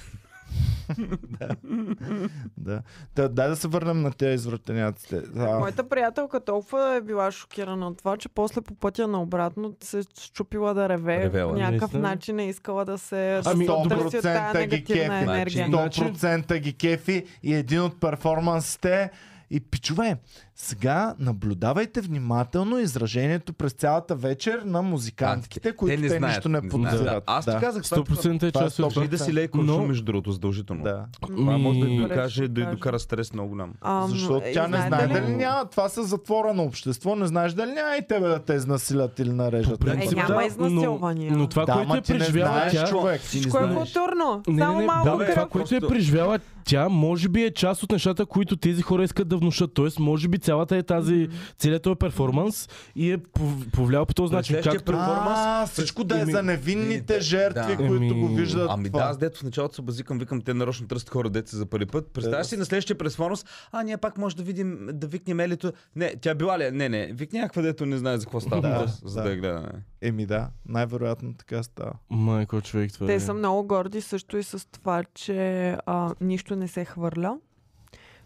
[SPEAKER 2] Да. Да, дай да се върнем на тези извратеняците. А,
[SPEAKER 3] Моята приятелка толкова е била шокирана от това, че после по пътя на обратно се щупила да реве.
[SPEAKER 4] Ревела.
[SPEAKER 3] По някакъв
[SPEAKER 1] Наистина ли?
[SPEAKER 3] наистина. начин е искала да се
[SPEAKER 1] Ами,
[SPEAKER 3] да се търси от
[SPEAKER 2] 100%
[SPEAKER 3] тая
[SPEAKER 2] ги
[SPEAKER 3] негативна
[SPEAKER 2] кефи.
[SPEAKER 3] енергия.
[SPEAKER 4] Значи-
[SPEAKER 2] 100% ги кефи и един от перформансите и пичове, сега наблюдавайте внимателно изражението през цялата вечер на музикантите, които те, нищо не подозират.
[SPEAKER 4] Да. Аз ти
[SPEAKER 2] да.
[SPEAKER 4] казах, това е
[SPEAKER 1] 100% е Ами,
[SPEAKER 2] Това е
[SPEAKER 1] част от
[SPEAKER 2] сто
[SPEAKER 4] Държи да си лей куршум,
[SPEAKER 1] Но-
[SPEAKER 4] между другото, задължително.
[SPEAKER 2] Да.
[SPEAKER 4] Това може да
[SPEAKER 1] Ми-
[SPEAKER 4] й докаже, да й
[SPEAKER 3] Кажа.
[SPEAKER 4] докара стрес много голям.
[SPEAKER 3] Ам,
[SPEAKER 2] Защото
[SPEAKER 3] е,
[SPEAKER 2] тя не
[SPEAKER 3] знаете
[SPEAKER 2] знае
[SPEAKER 3] ли?
[SPEAKER 2] дали няма. Това са затвора на общество. Не знаеш дали няма и тебе да те изнасилят или нарежат.
[SPEAKER 1] По принцип,
[SPEAKER 3] Е, няма
[SPEAKER 1] да,
[SPEAKER 3] изнасилвания.
[SPEAKER 1] Но, но това,
[SPEAKER 2] да,
[SPEAKER 1] което
[SPEAKER 2] ама
[SPEAKER 1] е
[SPEAKER 2] ти не
[SPEAKER 1] преживяла
[SPEAKER 2] знаеш,
[SPEAKER 1] тя...
[SPEAKER 2] човек.
[SPEAKER 4] Ти не
[SPEAKER 3] Кое е
[SPEAKER 4] знаеш.
[SPEAKER 3] културно?
[SPEAKER 1] Не, не,
[SPEAKER 3] Само
[SPEAKER 1] не,
[SPEAKER 3] малко
[SPEAKER 1] да, бе, това,
[SPEAKER 3] кръв.
[SPEAKER 1] което е
[SPEAKER 4] Просто-
[SPEAKER 1] преживяла тя, може би е част от нещата, които тези хора искат да внушат. Тоест, може би цялата е тази, целият този перформанс и е пов- повлиял по този начин.
[SPEAKER 4] Следващия
[SPEAKER 1] Както...
[SPEAKER 4] перформанс,
[SPEAKER 2] А, всичко да е
[SPEAKER 4] Еми,
[SPEAKER 2] за невинните
[SPEAKER 4] да,
[SPEAKER 2] жертви,
[SPEAKER 4] да.
[SPEAKER 2] които го
[SPEAKER 1] Еми,
[SPEAKER 2] виждат.
[SPEAKER 4] Ами да,
[SPEAKER 2] това.
[SPEAKER 4] аз дето в началото се базикам, викам, те нарочно тръст хора, деца за първи път. Представяш си на следващия пресфонус, а ние пак може да видим, да викнем елито. Не, тя била ли? Не, не, викне някаква дето не знае за какво става,
[SPEAKER 2] Да,
[SPEAKER 4] въпрос, за
[SPEAKER 2] да.
[SPEAKER 4] да я гледаме.
[SPEAKER 2] Еми да, най-вероятно така става.
[SPEAKER 1] Майко, човек, това е.
[SPEAKER 3] Те са много горди също и с това, че а, нищо не се хвърля.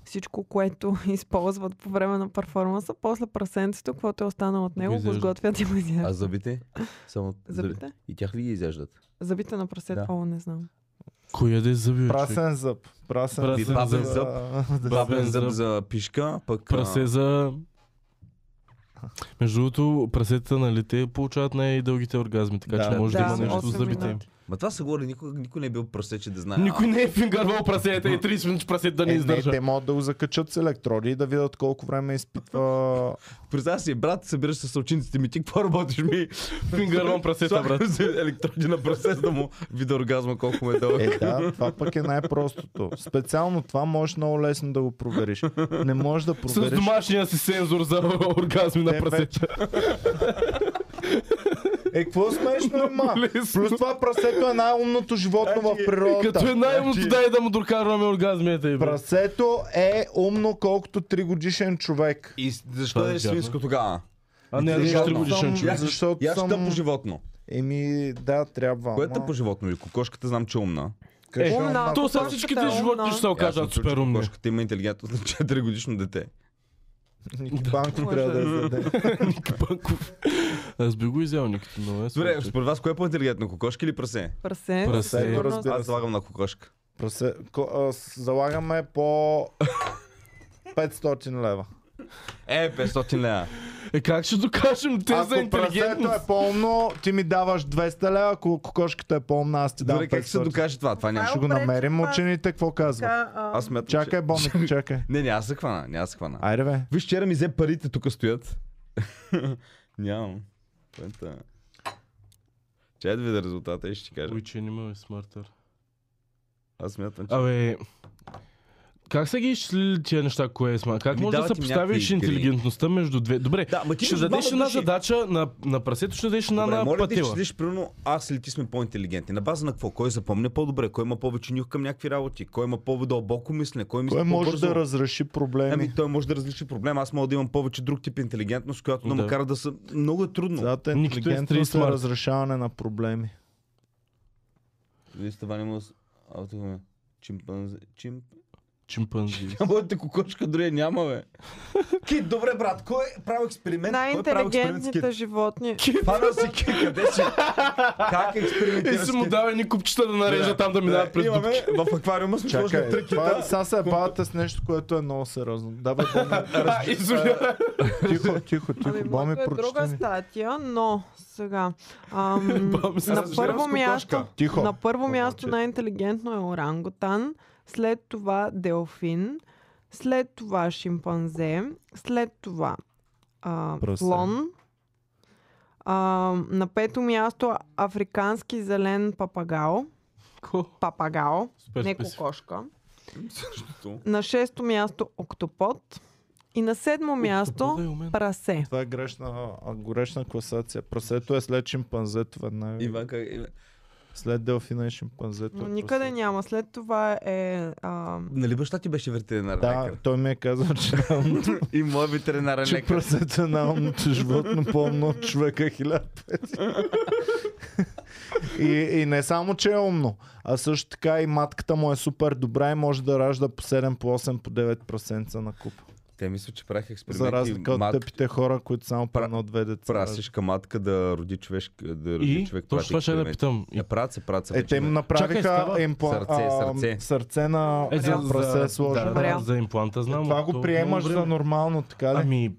[SPEAKER 3] Всичко, което използват по време на перформанса, после прасенцето, каквото е останало от него, го
[SPEAKER 1] изяждат.
[SPEAKER 3] сготвят и го
[SPEAKER 4] А
[SPEAKER 3] изяждат.
[SPEAKER 4] зъбите? Само
[SPEAKER 3] Зъбите?
[SPEAKER 4] И тях ли ги изяждат?
[SPEAKER 3] Зъбите на прасето,
[SPEAKER 4] Да.
[SPEAKER 3] о, не знам.
[SPEAKER 1] Коя да е забил, човек?
[SPEAKER 2] Прасен зъб. Прасен,
[SPEAKER 1] Прасен
[SPEAKER 4] зъб.
[SPEAKER 2] Да.
[SPEAKER 4] Бабен
[SPEAKER 1] Бабен
[SPEAKER 4] зъб
[SPEAKER 1] зъб.
[SPEAKER 4] за пишка, пък... а,
[SPEAKER 1] Прасе за... Между другото, прасетата, нали, те получават най-дългите оргазми, така
[SPEAKER 2] Да.
[SPEAKER 1] че може да,
[SPEAKER 3] Да,
[SPEAKER 1] има нещо
[SPEAKER 3] осем
[SPEAKER 1] за зъбите им.
[SPEAKER 3] минути.
[SPEAKER 4] Ма това се говори, никой, никой не е бил прасе, че да знае.
[SPEAKER 1] Никой не е фингървал прасета и 30 минути прасет да не
[SPEAKER 2] Е, не,
[SPEAKER 1] издържа.
[SPEAKER 2] те могат да го закачат с електроди и да видят колко време изпитва.
[SPEAKER 4] Представя си, брат, събираш се с учениците ми, ти какво работиш ми?
[SPEAKER 1] Фингървам прасета, брат.
[SPEAKER 4] Слагам се електроди на прасе, за да му вида оргазма колко ме е дълъг.
[SPEAKER 2] Е, да, това пък е най-простото. Специално това можеш много лесно да го провериш. Не можеш да
[SPEAKER 1] С
[SPEAKER 2] провериш.
[SPEAKER 1] домашния си сензор за оргазми на
[SPEAKER 2] Те
[SPEAKER 1] прасета.
[SPEAKER 2] Е, какво смешно има?
[SPEAKER 1] Лесно.
[SPEAKER 2] Плюс това прасето е най-умното животно в природата.
[SPEAKER 1] Като е най-умното,
[SPEAKER 2] Значи,
[SPEAKER 1] дай да му докарваме оргазмията. бе.
[SPEAKER 2] Прасето е умно колкото 3 годишен човек.
[SPEAKER 4] И с- защо
[SPEAKER 1] Това е
[SPEAKER 4] е
[SPEAKER 1] гадно.
[SPEAKER 4] свинско тогава?
[SPEAKER 1] А не,
[SPEAKER 4] Защото
[SPEAKER 1] аз ще
[SPEAKER 4] съм-
[SPEAKER 1] годишен човек.
[SPEAKER 4] Яш-
[SPEAKER 2] Защото
[SPEAKER 4] яш
[SPEAKER 2] съм-
[SPEAKER 4] тъпо животно.
[SPEAKER 2] Еми, да, трябва.
[SPEAKER 4] Кое е тъпо
[SPEAKER 2] ама-
[SPEAKER 4] животно? Или кокошката знам, че е умна.
[SPEAKER 2] Кажи,
[SPEAKER 1] Е,
[SPEAKER 3] умна.
[SPEAKER 1] То са
[SPEAKER 3] Кокошката
[SPEAKER 1] всичките
[SPEAKER 3] е умна.
[SPEAKER 1] животни ще се окажат
[SPEAKER 4] Ясно, че
[SPEAKER 1] супер умни.
[SPEAKER 4] Кокошката има интелигентност на 4 годишно дете.
[SPEAKER 2] Ники Банков
[SPEAKER 3] Може
[SPEAKER 2] трябва да е
[SPEAKER 3] да.
[SPEAKER 2] я заде.
[SPEAKER 1] Ники Банков. Аз би го изял Никито, но е
[SPEAKER 4] Добре,
[SPEAKER 1] супер.
[SPEAKER 4] според вас кое е по-интелигентно? Кокошка или прасе?
[SPEAKER 3] Прасе.
[SPEAKER 1] Прасе.
[SPEAKER 3] със сигурност.
[SPEAKER 2] Разбира се.
[SPEAKER 4] Аз залагам на кокошка.
[SPEAKER 2] Прасе, ко, а, с- залагаме по 500 лева.
[SPEAKER 4] Е, 500 лева.
[SPEAKER 1] Е, как ще докажем
[SPEAKER 4] е
[SPEAKER 1] те за
[SPEAKER 2] Ако прасето
[SPEAKER 1] интелигентност?
[SPEAKER 2] е по-умно, ти ми даваш 200 лева, ако кокошката е по-умна, аз ти дам
[SPEAKER 4] Добре,
[SPEAKER 2] 500.
[SPEAKER 4] как ще се докаже това? Това няма.
[SPEAKER 2] Ще го намерим учените, какво казват.
[SPEAKER 3] Е, Така, а,
[SPEAKER 4] Аз смятам, че-
[SPEAKER 2] Чакай, Бомик, чакай.
[SPEAKER 4] Не, няма да се хвана, няма да се хвана.
[SPEAKER 2] Айде бе.
[SPEAKER 4] Виж, вчера ми взе парите, тук стоят. Нямам. Пента. Чай да видя резултата и ще ти кажа.
[SPEAKER 1] Ой, че нямаме смартър.
[SPEAKER 4] Аз смятам, че...
[SPEAKER 1] Абе, как са ги изчислили тия неща, кое е смарт? Как
[SPEAKER 4] Ами
[SPEAKER 1] може да
[SPEAKER 4] дават им
[SPEAKER 1] съпоставиш
[SPEAKER 4] някакви игри.
[SPEAKER 1] интелигентността между две? Добре,
[SPEAKER 4] Да, ма ти
[SPEAKER 1] ще
[SPEAKER 4] между
[SPEAKER 1] дадеш
[SPEAKER 4] двама
[SPEAKER 1] една
[SPEAKER 4] души.
[SPEAKER 1] задача на, на прасето, ще дадеш една
[SPEAKER 4] Добре,
[SPEAKER 1] на
[SPEAKER 4] моля да
[SPEAKER 1] пътила.
[SPEAKER 4] изчислиш, примерно, аз или ти сме по-интелигентни. На база на какво? Кой запомня по-добре? Кой има повече нюх към някакви работи? Кой има по-дълбоко мислене? Кой мисли
[SPEAKER 2] Кой може
[SPEAKER 4] по-бързо?
[SPEAKER 2] да разреши проблеми?
[SPEAKER 4] Ами той може да различи проблема. Аз мога да имам повече друг тип интелигентност, която да,
[SPEAKER 1] Да.
[SPEAKER 4] ме кара да съм... Много е трудно. Да.
[SPEAKER 2] Цялата
[SPEAKER 1] Никто е
[SPEAKER 2] интелигентност е
[SPEAKER 1] street smart.
[SPEAKER 2] разрешаване на проблеми.
[SPEAKER 4] Вие сте вани мус... А, тук ме. Чимпанзе... Чимп...
[SPEAKER 1] Чимпанзи.
[SPEAKER 4] А моята кокошка дори няма, бе. Кит, добре, брат, кой е правил експеримент? Кой е правил експеримент с кит?
[SPEAKER 3] Най-интелигентните животни.
[SPEAKER 4] Фанал си кит, къде си? Как
[SPEAKER 1] И
[SPEAKER 4] експериментираш
[SPEAKER 1] си
[SPEAKER 4] с
[SPEAKER 1] му
[SPEAKER 4] кит?
[SPEAKER 1] дава едни купчета да нарежа там да минават през дупки.
[SPEAKER 4] Имаме в аквариума сме сложили
[SPEAKER 2] Чакай,
[SPEAKER 4] три
[SPEAKER 2] това, е-
[SPEAKER 4] кита.
[SPEAKER 2] сега се бавате с нещо, което е много сериозно. Давай, Боми,
[SPEAKER 1] А, и слуша-
[SPEAKER 2] тихо, тихо,
[SPEAKER 3] Ами,
[SPEAKER 2] тихо, Боми,
[SPEAKER 3] моето е друга
[SPEAKER 2] прочети ми.
[SPEAKER 3] статия, но сега. Ам,
[SPEAKER 1] Бам, се
[SPEAKER 3] на
[SPEAKER 1] разбирам
[SPEAKER 3] първо
[SPEAKER 4] с кокошка.
[SPEAKER 3] място,
[SPEAKER 2] Тихо.
[SPEAKER 3] на първо
[SPEAKER 2] Обаче.
[SPEAKER 3] място най-интелигентно е орангутан, след това делфин, след това шимпанзе, след това а,
[SPEAKER 2] Прасе.
[SPEAKER 3] слон, а, на пето място африкански зелен папагал,
[SPEAKER 1] Ко?
[SPEAKER 3] папагал,
[SPEAKER 1] Супер
[SPEAKER 3] не
[SPEAKER 1] специфик.
[SPEAKER 3] кокошка. На шесто място октопод и на седмо
[SPEAKER 1] Октоподът е
[SPEAKER 3] място
[SPEAKER 1] умен.
[SPEAKER 3] прасе.
[SPEAKER 2] Това е грешна, а, горещна класация. Прасето е след шимпанзето веднага.
[SPEAKER 4] Иван, как... Иван.
[SPEAKER 2] След делфина и шимпанзето. е
[SPEAKER 3] Но никъде
[SPEAKER 2] прасето.
[SPEAKER 3] няма. След това е... А,
[SPEAKER 4] Нали баща ти беше ветеринарен
[SPEAKER 2] Да,
[SPEAKER 4] лекар?
[SPEAKER 2] той ми е казал, че, най-умното-
[SPEAKER 4] И мой ветеринарен
[SPEAKER 2] че
[SPEAKER 4] лекар.
[SPEAKER 2] прасето е най-умното животно, по-умно от човека е хиляда пъти. и, и не само, че е умно, а също така и матката му е супер добра и може да ражда по 7, по 8, по 9 прасенца на куп.
[SPEAKER 4] Те мисля, че правих експерименти.
[SPEAKER 2] За разлика от
[SPEAKER 4] мат-
[SPEAKER 2] тъпите хора, които само по
[SPEAKER 4] Пра-
[SPEAKER 2] едно-две деца. раждат.
[SPEAKER 4] прасешка матка да роди човек, да роди
[SPEAKER 1] И?
[SPEAKER 4] човек
[SPEAKER 1] Точно това ще да питам. И-
[SPEAKER 4] Е, правят се, правят се.
[SPEAKER 2] Е, те им
[SPEAKER 4] вече. нали?
[SPEAKER 2] направиха
[SPEAKER 1] Чакай, става-
[SPEAKER 2] импла...
[SPEAKER 4] Сърце,
[SPEAKER 2] а,
[SPEAKER 4] сърце.
[SPEAKER 2] сърце на,
[SPEAKER 1] Е, за,
[SPEAKER 2] на прасе
[SPEAKER 1] за,
[SPEAKER 2] сложено.
[SPEAKER 1] да, да,
[SPEAKER 3] Вариант.
[SPEAKER 1] за импланта знам.
[SPEAKER 2] Е, Това
[SPEAKER 1] но то
[SPEAKER 2] го приемаш
[SPEAKER 1] много
[SPEAKER 2] за
[SPEAKER 1] време.
[SPEAKER 2] нормално, така ли?
[SPEAKER 1] Ами,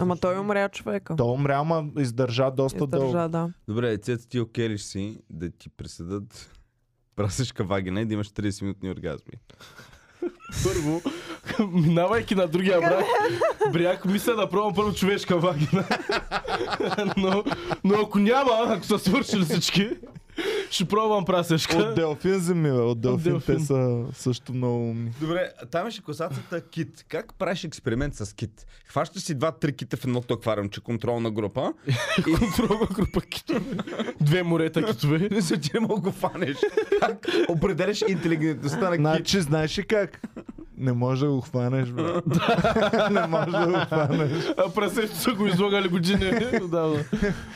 [SPEAKER 3] ама той умря човека.
[SPEAKER 2] Той умря, ама издържа доста дълго.
[SPEAKER 3] Издържа, да.
[SPEAKER 4] Добре, цец ти окелиш си да ти присъдат прасешка вагина и да имаш 30 минутни оргазми.
[SPEAKER 1] първо, минавайки на другия брак, бряг, мисля да пробвам първо човешка вагина. но, но ако няма, ако са свършили всички, ще пробвам
[SPEAKER 2] От
[SPEAKER 1] прасешка.
[SPEAKER 2] Делфин земи, бе. От Делфин,
[SPEAKER 1] Делфин.
[SPEAKER 2] те са също много умни.
[SPEAKER 4] Добре, там беше косацата кит. Как правиш експеримент с кит? Хващаш си два-три кита в едното аквариумче, контролна група.
[SPEAKER 1] Контролна група китове. Две морета китове.
[SPEAKER 4] Мисля, че не мога да го фанеш. Как определяш интелигентността на кит?
[SPEAKER 2] Значи, знаеш ли как? Не може да го хванеш, бе. не може да го хванеш.
[SPEAKER 1] А прасето са го излагали години. отдавна.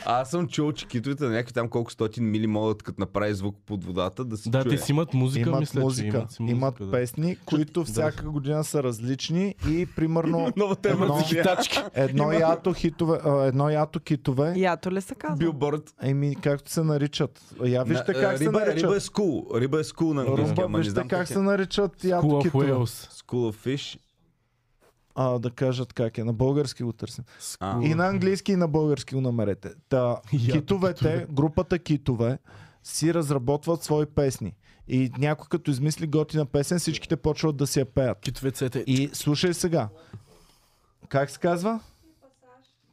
[SPEAKER 4] Аз съм чул, че китовете на някакви там колко стотин мили могат, като направи звук под водата, да се
[SPEAKER 1] да,
[SPEAKER 4] чуе.
[SPEAKER 1] те си имат музика,
[SPEAKER 2] Имат
[SPEAKER 1] мисля, че
[SPEAKER 2] музика,
[SPEAKER 1] имат си музика.
[SPEAKER 2] имат
[SPEAKER 1] да.
[SPEAKER 2] песни, които всяка година са различни и примерно
[SPEAKER 4] Нова тема
[SPEAKER 2] едно,
[SPEAKER 4] за
[SPEAKER 1] Хитачки.
[SPEAKER 2] едно, ято хитове, а, едно ято китове
[SPEAKER 3] Ято ли се казва?
[SPEAKER 4] Билборд.
[SPEAKER 2] Еми, както се наричат. Я вижте
[SPEAKER 4] На-
[SPEAKER 2] как се
[SPEAKER 4] риба,
[SPEAKER 2] наричат.
[SPEAKER 4] Риба е скул. Риба е скул на английски,
[SPEAKER 2] Румба,
[SPEAKER 4] ама не
[SPEAKER 2] вижте
[SPEAKER 4] знам
[SPEAKER 2] как
[SPEAKER 4] как
[SPEAKER 2] се
[SPEAKER 4] е.
[SPEAKER 2] наричат
[SPEAKER 1] Cool of
[SPEAKER 2] ядките.
[SPEAKER 1] Wales.
[SPEAKER 4] School of Fish.
[SPEAKER 2] А, да кажат как е. На български го търсим.
[SPEAKER 4] А,
[SPEAKER 2] И на английски, и на български го намерете. Та,
[SPEAKER 1] Ядки
[SPEAKER 2] китовете, групата китове, си разработват свои песни. И някой като измисли готина песен, всичките почват да си я пеят.
[SPEAKER 1] Китовецете.
[SPEAKER 2] И слушай сега. Как се казва?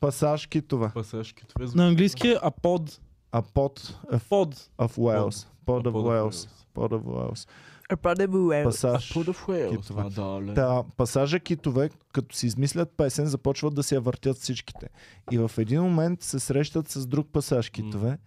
[SPEAKER 2] Пасаж китове.
[SPEAKER 1] Пасаж китове.
[SPEAKER 5] На английски е апод.
[SPEAKER 2] А под е
[SPEAKER 5] Под.
[SPEAKER 2] of Wales. Под of
[SPEAKER 1] Pod of
[SPEAKER 2] Wales.
[SPEAKER 1] Wales.
[SPEAKER 2] Под of Wales.
[SPEAKER 3] Е,
[SPEAKER 2] пасаж. Китове. Та, пасажа китове, като си измислят песен, започват да се я въртят всичките. И в един момент се срещат с друг пасаж китове.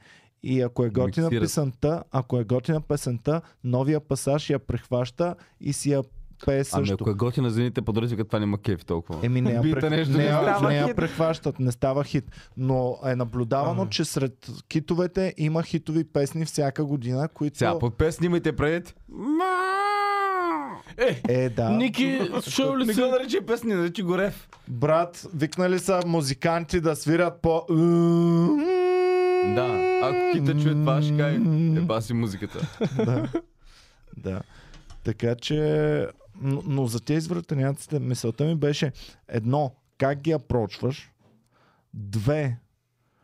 [SPEAKER 2] И ако е готина
[SPEAKER 4] Миксират.
[SPEAKER 2] песента, ако е готина песента, новия пасаж я прехваща и си я пее
[SPEAKER 4] Ами
[SPEAKER 2] също.
[SPEAKER 4] ако е готина за едните подръжка, това няма кефи толкова.
[SPEAKER 2] Еми не я,
[SPEAKER 4] Бита
[SPEAKER 2] прек...
[SPEAKER 4] нещо
[SPEAKER 2] не,
[SPEAKER 4] не
[SPEAKER 2] я,
[SPEAKER 3] става
[SPEAKER 2] не я
[SPEAKER 3] хит.
[SPEAKER 2] прехващат, не става хит. Но е наблюдавано, че сред китовете има хитови песни всяка година, които...
[SPEAKER 4] Сега под пес снимайте пред.
[SPEAKER 1] Е,
[SPEAKER 2] Е, да.
[SPEAKER 1] Ники, слушал ли
[SPEAKER 4] Не го
[SPEAKER 1] си?
[SPEAKER 4] наричай песни, наричай го рев.
[SPEAKER 2] Брат, викнали са музиканти да свирят по...
[SPEAKER 4] Да, ако кита чуе това, ще кай. Еба си музиката.
[SPEAKER 2] да. да. Така че... Но, но за тези извратеняците мисълта ми беше едно, как ги апрочваш, две,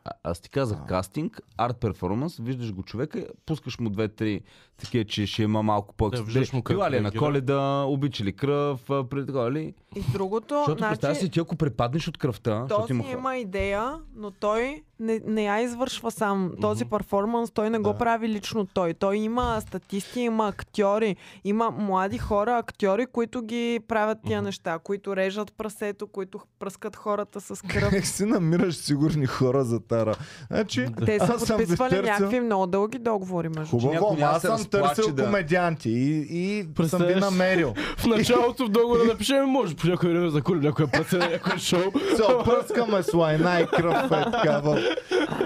[SPEAKER 4] А, аз ти казах кастинг, арт перформанс, виждаш го човека, пускаш му две-три такива, че ще има малко по
[SPEAKER 1] Да, виждаш му как
[SPEAKER 4] Била ли е на
[SPEAKER 1] реагира.
[SPEAKER 4] коледа, обича ли кръв, а, при такова нали? ли?
[SPEAKER 3] И другото,
[SPEAKER 4] Защото представя си
[SPEAKER 3] значи,
[SPEAKER 4] ти, ако препаднеш от кръвта, защото
[SPEAKER 3] този
[SPEAKER 4] има
[SPEAKER 3] има,
[SPEAKER 4] хора.
[SPEAKER 3] идея, но той не, не я извършва сам. Този перформанс той не го
[SPEAKER 2] Да.
[SPEAKER 3] прави лично той. Той има статисти, има актьори, има млади хора, актьори, които ги правят тия неща, които режат прасето, които х- пръскат хората с кръв.
[SPEAKER 2] Как си намираш сигурни хора за тара? Значи,
[SPEAKER 3] Те са
[SPEAKER 2] аз съм ви
[SPEAKER 3] подписвали
[SPEAKER 2] търсил-
[SPEAKER 3] някакви много дълги договори между
[SPEAKER 2] Хубаво,
[SPEAKER 4] някой
[SPEAKER 2] ама
[SPEAKER 4] няма
[SPEAKER 2] аз
[SPEAKER 4] се
[SPEAKER 2] съм
[SPEAKER 4] разплаче,
[SPEAKER 2] търсил
[SPEAKER 4] да.
[SPEAKER 2] комедианти и, и съм ви
[SPEAKER 1] Представяш?
[SPEAKER 2] намерил.
[SPEAKER 1] В началото в договора напишем, може по някое време за коли, някоя песен, някое шоу.
[SPEAKER 2] Се опръскаме с лайна и кръв е такава.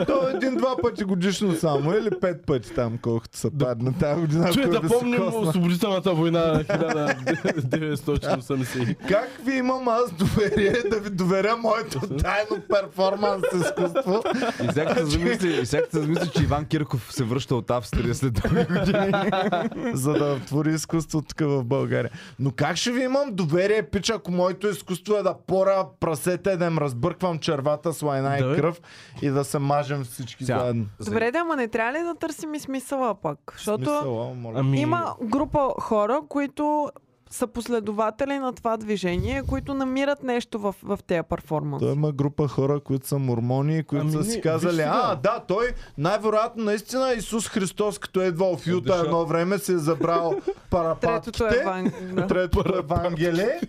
[SPEAKER 2] То е един-два пъти годишно само или пет пъти там, колкото са падна тази година.
[SPEAKER 1] Чуй
[SPEAKER 2] ако е
[SPEAKER 1] да помним
[SPEAKER 2] се косна.
[SPEAKER 1] освободителната война на 1980.
[SPEAKER 2] Как ви имам аз доверие да ви доверя моето тайно перформанс изкуство?
[SPEAKER 4] И сега
[SPEAKER 3] Значи-
[SPEAKER 4] като се замисли, и сега като се замисли, че Иван Кирков се връща от Австрия след дълги години.
[SPEAKER 2] за да твори изкуство тук в България. Но как ще ви имам доверие, пича, ако моето изкуство е да пора прасете, да им разбърквам червата с лайна
[SPEAKER 1] Да,
[SPEAKER 2] и
[SPEAKER 1] бе.
[SPEAKER 2] кръв и да се мажем всички
[SPEAKER 4] Сега,
[SPEAKER 2] заедно.
[SPEAKER 3] Добре, да, ама не трябва ли да търсим и смисъла пък? Защото
[SPEAKER 2] Мисъла, моля.
[SPEAKER 1] Ами,
[SPEAKER 3] има група хора, които са последователи на това движение, които намират нещо в, в тези перформанс.
[SPEAKER 2] Той има група хора, които са мормони, които
[SPEAKER 1] Ами
[SPEAKER 2] са
[SPEAKER 1] не,
[SPEAKER 2] си
[SPEAKER 1] виж
[SPEAKER 2] казали,
[SPEAKER 1] сега.
[SPEAKER 2] а, да, той най-вероятно наистина Исус Христос, като е идвал в Юта
[SPEAKER 4] дошъл.
[SPEAKER 2] едно време, си е забрал
[SPEAKER 3] Третото е
[SPEAKER 2] парапатките.
[SPEAKER 3] ван... да.
[SPEAKER 2] Третото Евангелие.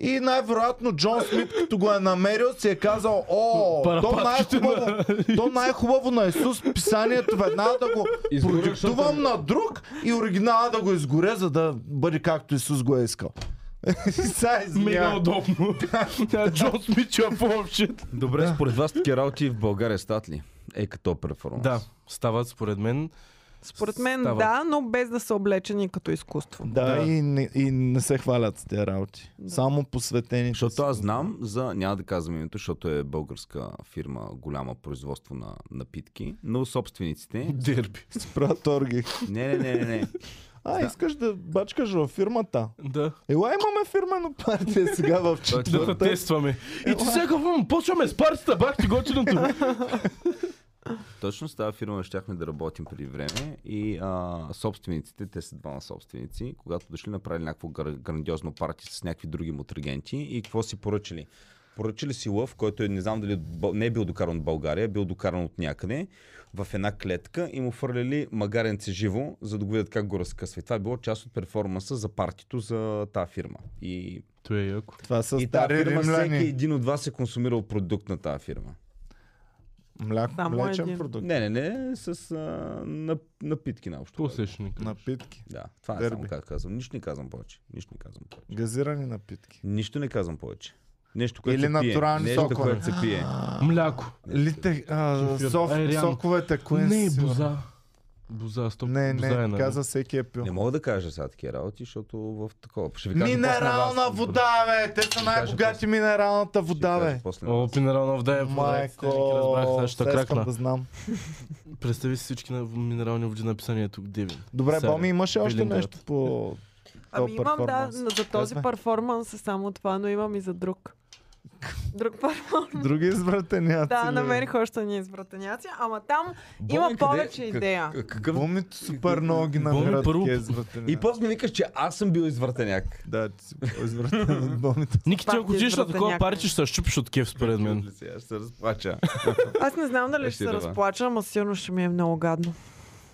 [SPEAKER 2] И най-вероятно Джон Смит, като го е намерил, си е казал, о, то
[SPEAKER 1] Парапатките
[SPEAKER 2] най-хубаво, то най-хубаво на Исус писанието веднага да го
[SPEAKER 4] Изгоря,
[SPEAKER 2] продиктувам на друг и оригинала да го изгоря, за да бъде както Исус го е искал. Сега
[SPEAKER 1] мега
[SPEAKER 2] извинявам.
[SPEAKER 1] удобно. Тя Джон Смит, че е по-общит.
[SPEAKER 4] Добре, според вас такива работи в България стат ли? Е като перформанс.
[SPEAKER 1] Да, стават според мен.
[SPEAKER 3] Според мен
[SPEAKER 1] Става.
[SPEAKER 3] да, но без да са облечени като изкуство.
[SPEAKER 2] Да,
[SPEAKER 1] Да.
[SPEAKER 2] И, не, и не се хвалят с тези работи. Само посветени.
[SPEAKER 4] Защото аз знам за, няма да казвам името, защото е българска фирма, голяма производство на напитки, но собствениците...
[SPEAKER 1] Дерби.
[SPEAKER 2] Спрат орги.
[SPEAKER 4] Не, не, не, не, не.
[SPEAKER 2] А,
[SPEAKER 4] Да.
[SPEAKER 2] искаш да бачкаш във фирмата?
[SPEAKER 1] Да.
[SPEAKER 2] Ела имаме фирмено партия сега
[SPEAKER 1] Да
[SPEAKER 2] в
[SPEAKER 1] те
[SPEAKER 2] четвърта.
[SPEAKER 1] тестваме. И ти сега му почваме с партията, бах ти готиното.
[SPEAKER 4] Точно с тази фирма щяхме да работим преди време и а, собствениците, те са двама собственици, когато дошли направили някакво гра- грандиозно парти с някакви други мутрагенти и какво си поръчали? Поръчали си лъв, който е, не знам дали от Бъл- не е бил докаран от България, бил докаран от някъде в една клетка и му фърляли магаренце живо, за да го видят как го разкъсва. И това е било част от перформанса за партито за тази фирма. И,
[SPEAKER 1] То е яко.
[SPEAKER 2] Това са
[SPEAKER 4] и тази
[SPEAKER 2] стари
[SPEAKER 4] фирма, всеки
[SPEAKER 2] римляни.
[SPEAKER 4] един от вас е консумирал продукт на тази фирма.
[SPEAKER 2] Мляко,
[SPEAKER 3] Само
[SPEAKER 2] млечен
[SPEAKER 3] един.
[SPEAKER 2] продукт.
[SPEAKER 4] Не, не, не, с а, нап, напитки наобщо. казано.
[SPEAKER 1] Усещник.
[SPEAKER 2] Напитки.
[SPEAKER 4] Да, това е
[SPEAKER 2] Дерби.
[SPEAKER 4] само как казвам. Нищо не казвам повече. Нищо не казвам повече.
[SPEAKER 2] Газирани напитки.
[SPEAKER 4] Нищо не казвам повече. Нещо, което
[SPEAKER 2] Или
[SPEAKER 4] се пие.
[SPEAKER 2] натурални
[SPEAKER 4] Нещо,
[SPEAKER 2] сокове.
[SPEAKER 4] което се пие.
[SPEAKER 1] Мляко.
[SPEAKER 2] Лите, а,
[SPEAKER 1] Кефир.
[SPEAKER 2] соф,
[SPEAKER 1] Е, реално.
[SPEAKER 2] соковете, кои
[SPEAKER 1] Не, е
[SPEAKER 2] си, бе?
[SPEAKER 1] боза. Боза, стоп.
[SPEAKER 2] Не,
[SPEAKER 1] боза е,
[SPEAKER 2] не,
[SPEAKER 1] нали?
[SPEAKER 2] каза всеки е пил.
[SPEAKER 4] Не мога да кажа сега такива работи, защото в такова. Ще ви кажа после на
[SPEAKER 2] Минерална
[SPEAKER 4] вас.
[SPEAKER 2] вода, бе! Те са най-богати минералната
[SPEAKER 4] Ще ви
[SPEAKER 2] вода,
[SPEAKER 4] кажа
[SPEAKER 2] бе!
[SPEAKER 4] после на
[SPEAKER 1] О,
[SPEAKER 4] вас.
[SPEAKER 1] минерална вода е подаръците, Ники, Разбрах, сега ще
[SPEAKER 2] сега
[SPEAKER 1] кракна.
[SPEAKER 2] искам да знам.
[SPEAKER 1] Представи си всички на минерални води написания тук, Девин.
[SPEAKER 2] Добре,
[SPEAKER 1] Сега.
[SPEAKER 2] Боми, имаше още
[SPEAKER 1] Велинград.
[SPEAKER 2] нещо по...
[SPEAKER 3] Ами
[SPEAKER 2] този
[SPEAKER 3] имам да,
[SPEAKER 2] перформанс?
[SPEAKER 3] но за този
[SPEAKER 2] Казвай.
[SPEAKER 3] перформанс е само това, но имам и за друг. Друг перформанс.
[SPEAKER 2] Други извратеняци.
[SPEAKER 3] Да,
[SPEAKER 2] бе.
[SPEAKER 3] намерих още ни извратеняци, ама там
[SPEAKER 4] Боми,
[SPEAKER 3] има
[SPEAKER 4] къде-
[SPEAKER 3] повече
[SPEAKER 4] как-
[SPEAKER 3] идея.
[SPEAKER 4] как- Какъв...
[SPEAKER 2] Бомито супер много ги
[SPEAKER 1] Боми,
[SPEAKER 2] намират
[SPEAKER 1] първо-
[SPEAKER 2] такива извратеняци.
[SPEAKER 4] И после ми викаш, че аз съм бил извъртеняк.
[SPEAKER 2] Да, ти си по-извратен от бомито.
[SPEAKER 1] Ники, ти
[SPEAKER 3] Пак
[SPEAKER 1] ако
[SPEAKER 3] ти
[SPEAKER 1] отидеш на
[SPEAKER 3] изврата
[SPEAKER 1] такова
[SPEAKER 3] някъде.
[SPEAKER 1] парти, ще се щупиш от кеф, според мен.
[SPEAKER 4] Сега ще се разплача.
[SPEAKER 3] Аз не знам дали
[SPEAKER 4] Е,
[SPEAKER 3] ще
[SPEAKER 4] ще
[SPEAKER 3] се
[SPEAKER 4] да, бе.
[SPEAKER 3] разплача, ама сигурно ще ми е много гадно.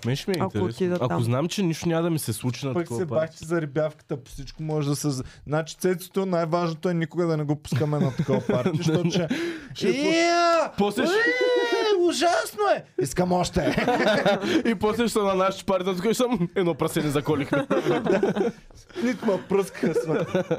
[SPEAKER 1] Мен ще ми е
[SPEAKER 3] Ако
[SPEAKER 1] интересно.
[SPEAKER 3] отида
[SPEAKER 1] Ако
[SPEAKER 3] там.
[SPEAKER 1] знам, че нищо няма да ми се случи на
[SPEAKER 2] Пък
[SPEAKER 1] такова
[SPEAKER 2] се
[SPEAKER 1] парти.
[SPEAKER 2] бах, че за рибявката по всичко може да се... з- Значи цецето най-важното е никога да не го пускаме на такова парти, защото ще...
[SPEAKER 1] Ще пус-
[SPEAKER 2] Ия!
[SPEAKER 1] после ще-
[SPEAKER 2] Уе, Ужасно е! Искам още!
[SPEAKER 1] И после ще съм на нашите парите, тук и съм едно прасе не заколихме.
[SPEAKER 2] Нито ма пръскаха с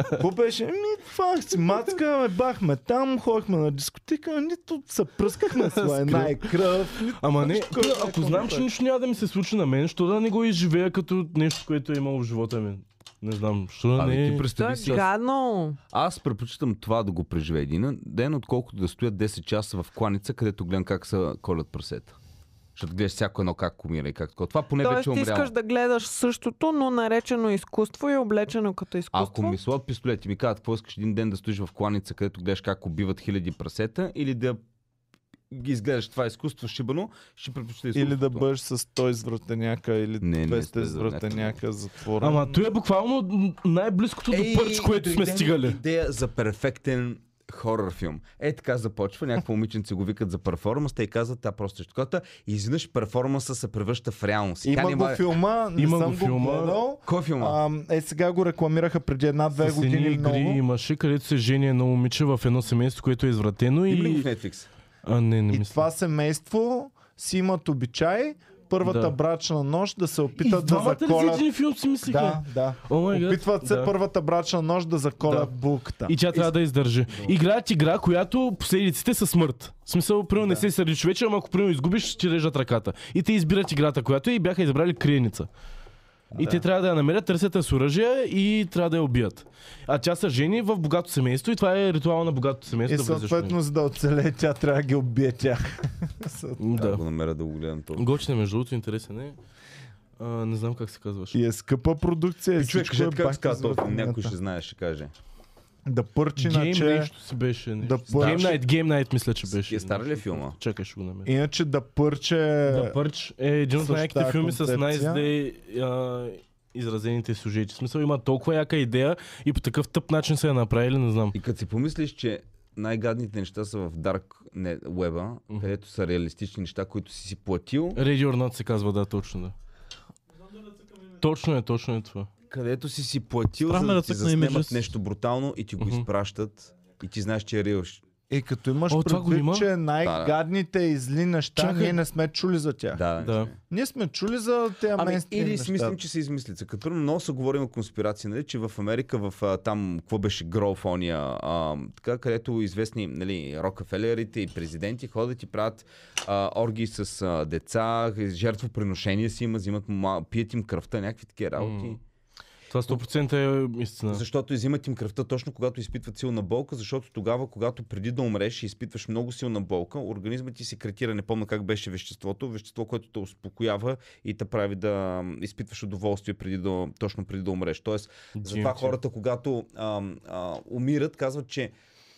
[SPEAKER 2] Какво беше? Ми, фах си, мацка, ме бахме там, ходихме на дискотека, нито се пръскахме с лайна и кръв. нито-
[SPEAKER 1] Ама не,
[SPEAKER 2] Кой знае
[SPEAKER 1] ако
[SPEAKER 2] какво
[SPEAKER 1] знам,
[SPEAKER 2] ми
[SPEAKER 1] че
[SPEAKER 2] прави.
[SPEAKER 1] нищо няма да ми се случи на мен, що да не го изживея като нещо, което е имало в живота ми. Не знам, що да
[SPEAKER 4] Абе, Ами ти
[SPEAKER 1] не...
[SPEAKER 3] То е
[SPEAKER 4] представи си, аз,
[SPEAKER 3] гадно.
[SPEAKER 4] аз предпочитам това да го преживея един ден, отколкото да стоя 10 часа в кланица, където гледам как се колят прасета. Защото гледаш всяко едно как комира и как такова. Това поне
[SPEAKER 3] Тоест
[SPEAKER 4] вече е
[SPEAKER 3] ти
[SPEAKER 4] умряло.
[SPEAKER 3] искаш да гледаш същото, но наречено изкуство и облечено като
[SPEAKER 4] Ако
[SPEAKER 3] изкуство.
[SPEAKER 4] ми слагат пистолет и ми казват, какво искаш един ден да стоиш в кланица, където гледаш как убиват хиляди прасета, или да ги изгледаш това изкуство шибано, ще предпочита изкуството.
[SPEAKER 2] Или да бъдеш с 100 извратеняка или
[SPEAKER 4] Не, не,
[SPEAKER 2] 200
[SPEAKER 4] не,
[SPEAKER 2] извратеняка затвора.
[SPEAKER 1] Ама той е буквално н- най-близкото до пърч, което сме
[SPEAKER 4] дойде ми
[SPEAKER 1] стигали.
[SPEAKER 4] Идея за перфектен хорър филм. Е така започва, някакво момиченце го викат за перформанс, те й казват, тя просто е такова, и изведнъж перформанса се превръща в реалност. И тя
[SPEAKER 2] Има
[SPEAKER 4] не
[SPEAKER 2] го
[SPEAKER 4] може-
[SPEAKER 2] филма, не
[SPEAKER 1] Има
[SPEAKER 2] съм
[SPEAKER 1] го
[SPEAKER 2] го
[SPEAKER 1] филма.
[SPEAKER 2] гледал.
[SPEAKER 4] Кой филм?
[SPEAKER 2] А, е сега го рекламираха преди една-две
[SPEAKER 1] С едни
[SPEAKER 2] години
[SPEAKER 1] игри
[SPEAKER 2] много.
[SPEAKER 1] имаше, където се жени едно момиче в едно семейство, което е извратено
[SPEAKER 4] Има ли го
[SPEAKER 1] и...
[SPEAKER 4] в Netflix?
[SPEAKER 1] А, не, не
[SPEAKER 2] И
[SPEAKER 1] мисля.
[SPEAKER 2] това семейство си имат обичай първата
[SPEAKER 1] Да.
[SPEAKER 2] брачна нощ да се
[SPEAKER 1] И
[SPEAKER 2] опитат да
[SPEAKER 1] Е, двамата ли за
[SPEAKER 2] заколят.
[SPEAKER 1] един филм си мислиха?
[SPEAKER 2] Да, да.
[SPEAKER 1] О май гад,
[SPEAKER 2] Опитват се
[SPEAKER 1] да.
[SPEAKER 2] първата брачна нощ да заколят булката.
[SPEAKER 1] И тя трябва да издържи. Играят игра, която последиците са смърт. В смисъл, примерно не се сърди човече, ама ако примерно изгубиш, ще ти режат ръката. И те избират играта, която е и бяха избрали криеница. И те трябва да я намерят, търсят я с оръжие и трябва да я убият. А тя са жени в богато семейство и това е ритуал на богато семейство.
[SPEAKER 2] И
[SPEAKER 1] да влизаш в
[SPEAKER 2] съответно, за да оцелее, тя трябва да ги убие тях.
[SPEAKER 1] него.
[SPEAKER 4] Да.
[SPEAKER 1] Да.
[SPEAKER 4] го намеря да го гледам този.
[SPEAKER 1] Гочина, между другото, интересен е. А, не знам как се казваш.
[SPEAKER 2] И е скъпа продукция.
[SPEAKER 4] И човек,
[SPEAKER 2] всичко е
[SPEAKER 4] кажете как
[SPEAKER 2] бак
[SPEAKER 4] се казва този филм,
[SPEAKER 2] извратеняка.
[SPEAKER 4] някой ще знае, ще каже.
[SPEAKER 2] Да пърчи,
[SPEAKER 1] Гейм
[SPEAKER 2] иначе...
[SPEAKER 1] нещо си беше.
[SPEAKER 2] Да
[SPEAKER 1] Нещо. Game
[SPEAKER 2] пърчи...
[SPEAKER 1] Night, Game Night мисля, че беше.
[SPEAKER 4] Е стар ли е филма?
[SPEAKER 1] Чакай, ще го намеря.
[SPEAKER 2] Иначе да пърче...
[SPEAKER 1] Да, Пърч е един от
[SPEAKER 2] Същата
[SPEAKER 1] най-яките филми с
[SPEAKER 2] концепция.
[SPEAKER 1] най-зле а, изразените сюжети. В смисъл има толкова яка идея и по такъв тъп начин са я направили, не знам.
[SPEAKER 4] И като си помислиш, че най-гадните неща са в Dark не, Web,
[SPEAKER 1] Мгм.
[SPEAKER 4] където са реалистични неща, които си си платил,
[SPEAKER 1] Radio or Not се казва, да, точно да. Точно е, точно е това.
[SPEAKER 4] където си си платил,
[SPEAKER 5] Спрахме
[SPEAKER 4] за да
[SPEAKER 5] да
[SPEAKER 4] ти
[SPEAKER 5] цъкна
[SPEAKER 4] заснемат
[SPEAKER 5] images.
[SPEAKER 4] нещо брутално и ти го
[SPEAKER 1] Мгм.
[SPEAKER 4] изпращат и ти знаеш, че е реал.
[SPEAKER 2] И като имаш
[SPEAKER 1] О, това го
[SPEAKER 2] предвид,
[SPEAKER 1] има?
[SPEAKER 2] че най-гадните и зли неща,
[SPEAKER 1] Чакай.
[SPEAKER 2] ние не сме чули за тях.
[SPEAKER 4] Да.
[SPEAKER 1] Да.
[SPEAKER 2] Ние сме чули за тези
[SPEAKER 4] Ами,
[SPEAKER 2] мейнстрим
[SPEAKER 4] или
[SPEAKER 2] неща.
[SPEAKER 4] си мислим, че се измислица. Като първо много се говорим о конспирации, нали, че в Америка, в а, там, какво беше Гроув, ония, а, така, където известни нали, Рокафелерите и президенти ходят и правят а, оргии с а, деца, жертвоприношения си има, взимат, ма, пият им кръвта, някакви такива работи.
[SPEAKER 1] М. Това 100% е истина.
[SPEAKER 4] Защото изимат им кръвта точно когато изпитват силна болка, защото тогава, когато преди да умреш и изпитваш много силна болка, организмът ти секретира, не помня как беше веществото, вещество, което те успокоява и те прави да м, изпитваш удоволствие преди да, точно преди да умреш. Тоест, затова
[SPEAKER 1] DMT.
[SPEAKER 4] хората, когато ам, а, умират, казват, че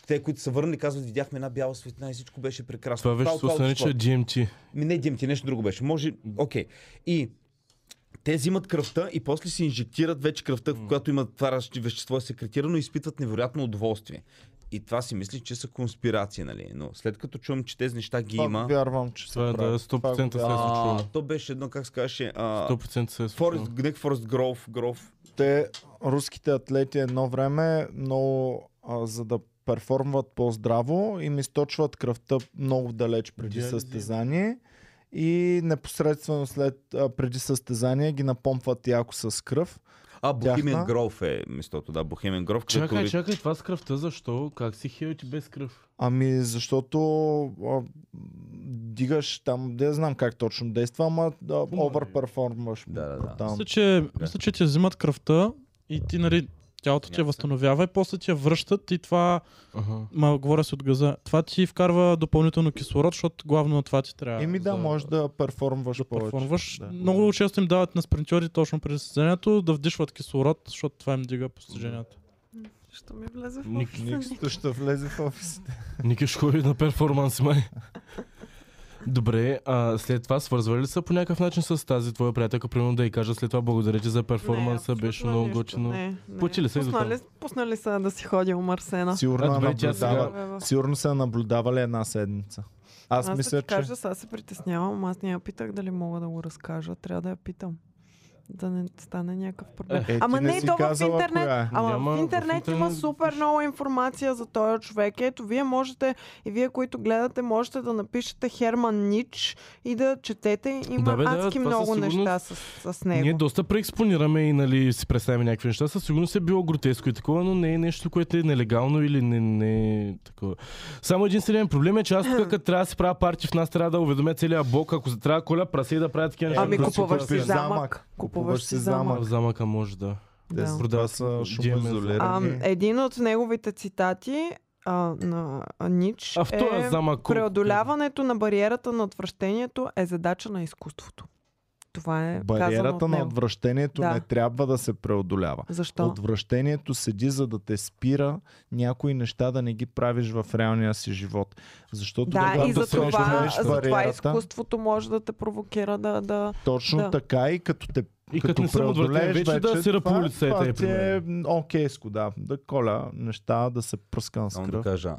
[SPEAKER 4] те, които са върнали, казват, видяхме една бяла светлина и всичко беше прекрасно.
[SPEAKER 1] Това вещество се
[SPEAKER 4] отива
[SPEAKER 1] нарича
[SPEAKER 4] в
[SPEAKER 1] DMT.
[SPEAKER 4] ми не DMT, нещо друго беше. Може, окей. И те взимат кръвта и после си инжектират вече кръвта, mm. която има това раз- вещество е секретирано и изпитват невероятно удоволствие. И това си мисли, че са конспирации, нали? Но след като чувам, че тези неща ги
[SPEAKER 2] Това
[SPEAKER 4] има...
[SPEAKER 2] Вярвам, че се
[SPEAKER 1] Това е
[SPEAKER 2] прави.
[SPEAKER 1] да, 100%
[SPEAKER 2] Това
[SPEAKER 1] се
[SPEAKER 2] го
[SPEAKER 1] е
[SPEAKER 2] вярвам.
[SPEAKER 4] А,
[SPEAKER 1] случвало.
[SPEAKER 4] то беше едно, как се казваше... а,
[SPEAKER 1] 100% се е случвало.
[SPEAKER 4] Форест, не Форест Гров, Гров.
[SPEAKER 2] Те, руските атлети едно време, много, а, за да перформват по-здраво, им източват кръвта много далеч преди
[SPEAKER 1] Диализират.
[SPEAKER 2] състезание и непосредствено след, а, преди състезание ги напомпват яко с кръв.
[SPEAKER 4] А, Бохимен
[SPEAKER 2] Тяхна?
[SPEAKER 4] Гров е местото, да, Бохимен Гров. където
[SPEAKER 1] Чакай,
[SPEAKER 4] ли-
[SPEAKER 1] чакай, това с кръвта защо? Как си хил ти без кръв?
[SPEAKER 2] Ами защото а, дигаш там, да знам как точно действа, ама да, оверперформваш.
[SPEAKER 4] Да, да, да.
[SPEAKER 2] брутално.
[SPEAKER 5] Мисля, че, мисля, че ти взимат кръвта и ти, нали, тялото ти я възстановява и после ти я връщат и това,
[SPEAKER 1] Ага.
[SPEAKER 5] ма, говоря си от газа, това ти вкарва допълнително кислород, защото главно на това ти трябва.
[SPEAKER 2] Еми да,
[SPEAKER 5] за-
[SPEAKER 2] може да перформваш
[SPEAKER 5] да
[SPEAKER 2] повече.
[SPEAKER 5] перформваш.
[SPEAKER 2] Да.
[SPEAKER 5] Много често им дават на спринтьори точно преди състезанието да вдишват кислород, защото това им дига постиженията.
[SPEAKER 3] Ще ми влезе в
[SPEAKER 1] Ник-
[SPEAKER 3] офиса.
[SPEAKER 2] Никсто ще влезе в офисите.
[SPEAKER 1] Ники ще ходи на перформанс, май. Добре, а след това свързвали ли са по някакъв начин с тази твоя приятелка, примерно да й кажа след това благодаря ти за перформанса,
[SPEAKER 3] Не,
[SPEAKER 1] беше
[SPEAKER 3] абсолютно
[SPEAKER 1] много
[SPEAKER 3] нищо.
[SPEAKER 1] готино.
[SPEAKER 3] Не, не.
[SPEAKER 1] Платили са и до там.
[SPEAKER 3] пуснали, пуснали са да си ходи умърсена.
[SPEAKER 2] Сигурно,
[SPEAKER 1] А,
[SPEAKER 2] е
[SPEAKER 1] добре, тя сега-
[SPEAKER 2] наблюдава, сигурно са наблюдавали една седмица. Аз, мисля,
[SPEAKER 3] да ти
[SPEAKER 2] че...
[SPEAKER 3] кажа, сега се притеснявам. Аз не я питах дали мога да го разкажа. Трябва да я питам. Да не стане някакъв проблем.
[SPEAKER 2] Е, ти
[SPEAKER 3] Ама не,
[SPEAKER 2] си
[SPEAKER 3] то в
[SPEAKER 2] казала
[SPEAKER 3] интернет,
[SPEAKER 2] коя е.
[SPEAKER 3] ама
[SPEAKER 1] Няма,
[SPEAKER 3] в
[SPEAKER 1] в
[SPEAKER 3] интернет има
[SPEAKER 1] интернет-
[SPEAKER 3] супер много информация за този човек. Ето, вие можете, и вие, които гледате, можете да напишете Херман Нич и да четете. Има
[SPEAKER 1] Да, бе, да,
[SPEAKER 3] адски
[SPEAKER 1] това със
[SPEAKER 3] много
[SPEAKER 1] сигурност-
[SPEAKER 3] неща с, с него.
[SPEAKER 1] Ние доста преекспонираме и нали, си представяме някакви неща. Със сигурност е било гротеско и такова, но не е нещо, което е нелегално или не, не е такова. Само единственият проблем е, че аз тук, като трябва да си правя парти в нас, трябва да уведомя целия блок, ако се трябва коля прасе и да правя такива неща.
[SPEAKER 3] Ами
[SPEAKER 1] които си
[SPEAKER 3] купуваш си
[SPEAKER 1] правят.
[SPEAKER 3] замък. Купуваш си замък.
[SPEAKER 1] В замъка може да.
[SPEAKER 2] Те
[SPEAKER 3] Да. е,
[SPEAKER 2] са-
[SPEAKER 1] Продават
[SPEAKER 2] това са
[SPEAKER 1] си
[SPEAKER 2] шумоизолирани.
[SPEAKER 1] GMS.
[SPEAKER 3] А, един от неговите цитати а, на Нич
[SPEAKER 1] А в този
[SPEAKER 3] е
[SPEAKER 1] замък. колко-
[SPEAKER 3] преодоляването на бариерата на отвращението е задача на изкуството. Това е казано
[SPEAKER 2] Бариерата
[SPEAKER 3] от
[SPEAKER 2] на
[SPEAKER 3] него.
[SPEAKER 2] отвращението
[SPEAKER 3] Да.
[SPEAKER 2] не трябва да се преодолява.
[SPEAKER 3] Защо?
[SPEAKER 2] Отвращението седи за да те спира някои неща да не ги правиш в реалния си живот. Защото
[SPEAKER 3] Да,
[SPEAKER 2] когато
[SPEAKER 3] и за
[SPEAKER 1] срещу
[SPEAKER 3] това,
[SPEAKER 2] преодолееш
[SPEAKER 3] за това
[SPEAKER 2] бариерата,
[SPEAKER 3] изкуството може да те провокира да... да...
[SPEAKER 2] Точно
[SPEAKER 3] Да.
[SPEAKER 2] така и като те
[SPEAKER 1] И като не съм
[SPEAKER 2] преодолееш
[SPEAKER 1] отвратен, вече да сира по
[SPEAKER 2] това-
[SPEAKER 1] улицата,
[SPEAKER 2] това
[SPEAKER 1] е,
[SPEAKER 2] ти е
[SPEAKER 1] примерно.
[SPEAKER 2] м, окейско, да. Да коля неща, да се пръскам с
[SPEAKER 4] Само да
[SPEAKER 2] кръв.
[SPEAKER 4] кажа,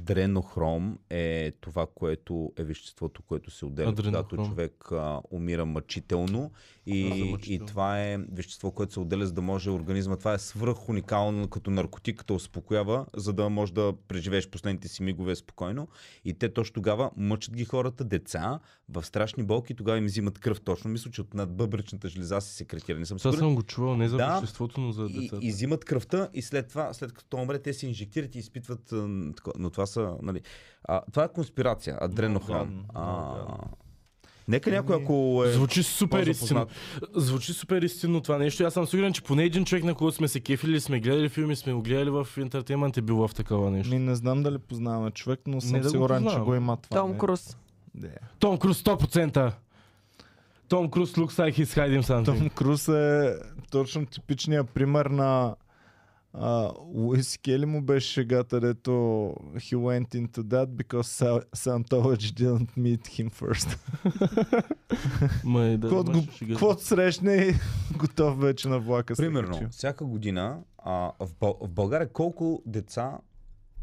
[SPEAKER 4] адренохром е това, което е веществото, което се отделя, когато
[SPEAKER 1] Адренохром.
[SPEAKER 4] човек а, умира мъчително и,
[SPEAKER 1] Да, за
[SPEAKER 4] и
[SPEAKER 1] мъчително.
[SPEAKER 4] това е вещество, което се отделя, за да може организма. Това е свръх уникално като наркотик, като успокоява, за да може да преживееш последните си мигове спокойно. И те точно тогава мъчат ги хората, деца, в страшни болки, тогава им взимат кръв точно. Мисля, че от надбъбречната жлеза се секретира. Не съм
[SPEAKER 1] Това
[SPEAKER 4] сигурен.
[SPEAKER 1] съм го чувал, не за
[SPEAKER 4] Да.
[SPEAKER 1] веществото, но за
[SPEAKER 4] И,
[SPEAKER 1] децата.
[SPEAKER 4] и взимат кръвта и след това, след като умре, те се инжектират и изпитват. а, м, тако- Но това са. Нали, а, това е конспирация, адренохром.
[SPEAKER 2] гадно, много
[SPEAKER 4] А,
[SPEAKER 2] гадно.
[SPEAKER 4] нека някой,
[SPEAKER 2] Ами,
[SPEAKER 4] ако е.
[SPEAKER 1] Звучи супер истинно.
[SPEAKER 4] по-запознат.
[SPEAKER 1] Звучи супер истинно това нещо. Аз съм сигурен, че поне един човек, на когото сме се кефили, сме гледали филми, сме го гледали в интертеймент, е било в такова нещо.
[SPEAKER 2] Ми не знам дали познаваме човек, но съм
[SPEAKER 1] да го
[SPEAKER 2] сигурен, че
[SPEAKER 1] познавам.
[SPEAKER 2] го има това.
[SPEAKER 1] е.
[SPEAKER 3] Том
[SPEAKER 2] не?
[SPEAKER 3] Круз.
[SPEAKER 2] Не.
[SPEAKER 1] Том Круз 100%! Том Круз looks like he's hiding something.
[SPEAKER 2] Том Круз е точно типичният пример на а, Луис Кели му беше шегата, дето he went into that because Sa- Scientology didn't meet him first.
[SPEAKER 1] Ма, е, да,
[SPEAKER 2] Квото
[SPEAKER 1] мъж
[SPEAKER 2] го-
[SPEAKER 1] ще ги-
[SPEAKER 2] Квото срещне, готов вече на влака. се
[SPEAKER 4] Примерно,
[SPEAKER 2] качи.
[SPEAKER 4] всяка година а, в, Бъл... в България колко деца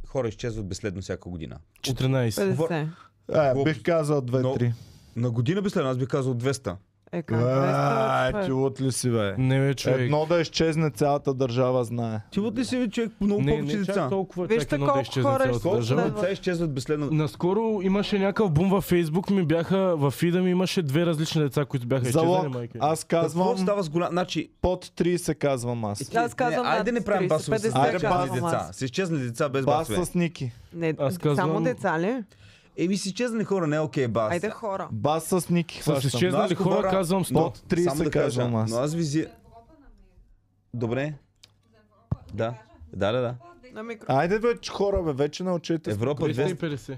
[SPEAKER 4] хора изчезват безследно всяка година?
[SPEAKER 1] 14.
[SPEAKER 3] 50.
[SPEAKER 2] Е, бих казал
[SPEAKER 4] Но-
[SPEAKER 2] 2-3.
[SPEAKER 4] На година безследно, аз би казал 200.
[SPEAKER 3] Е, как
[SPEAKER 2] А,
[SPEAKER 3] 200,
[SPEAKER 2] ти
[SPEAKER 3] това е.
[SPEAKER 2] лут ли си, бе?
[SPEAKER 1] Не, бе, човек.
[SPEAKER 2] Едно да изчезне цялата държава знае.
[SPEAKER 4] Ти ли си бе, човек по много
[SPEAKER 1] не,
[SPEAKER 4] повече
[SPEAKER 1] не,
[SPEAKER 4] деца?
[SPEAKER 1] чак толкова.
[SPEAKER 3] Вижте
[SPEAKER 1] чак едно
[SPEAKER 3] колко
[SPEAKER 1] да изчезне
[SPEAKER 3] хора
[SPEAKER 1] цялата
[SPEAKER 3] ще-
[SPEAKER 4] Колко
[SPEAKER 1] държава.
[SPEAKER 3] следва.
[SPEAKER 4] деца изчезват безследно?
[SPEAKER 1] Наскоро имаше някакъв бум във Фейсбук, ми бяха, във фида ми имаше две различни деца, които бяха изчезнали,
[SPEAKER 2] Залог.
[SPEAKER 1] майка.
[SPEAKER 2] Аз
[SPEAKER 4] Какво
[SPEAKER 2] казвам,
[SPEAKER 4] става с голям... Значи,
[SPEAKER 2] под 30 казвам аз.
[SPEAKER 3] Аз казвам
[SPEAKER 4] не, айде
[SPEAKER 3] над
[SPEAKER 4] не правим
[SPEAKER 3] 30,
[SPEAKER 4] басове с
[SPEAKER 3] 50
[SPEAKER 4] айде
[SPEAKER 2] казвам
[SPEAKER 4] басови деца.
[SPEAKER 3] аз.
[SPEAKER 4] С изчезнали деца без
[SPEAKER 2] Бас
[SPEAKER 4] басове.
[SPEAKER 2] с Ники.
[SPEAKER 3] Не,
[SPEAKER 1] Аз
[SPEAKER 3] Само
[SPEAKER 1] казвам-
[SPEAKER 3] деца ли?
[SPEAKER 4] Еми си изчезнали хора, не е окей, бас.
[SPEAKER 3] Айде хора.
[SPEAKER 2] Бас с Ники.
[SPEAKER 1] С
[SPEAKER 2] хващам.
[SPEAKER 4] Но аз
[SPEAKER 1] изчезнали хора,
[SPEAKER 4] говоря-
[SPEAKER 1] казвам 100.
[SPEAKER 4] Но,
[SPEAKER 2] Под 30
[SPEAKER 4] само да
[SPEAKER 2] казвам аз.
[SPEAKER 4] Но аз визи... Добре. Да. Да, да, да.
[SPEAKER 3] На микро.
[SPEAKER 2] Айде вече хора, бе, вече научете.
[SPEAKER 4] Европа 200...
[SPEAKER 1] 250.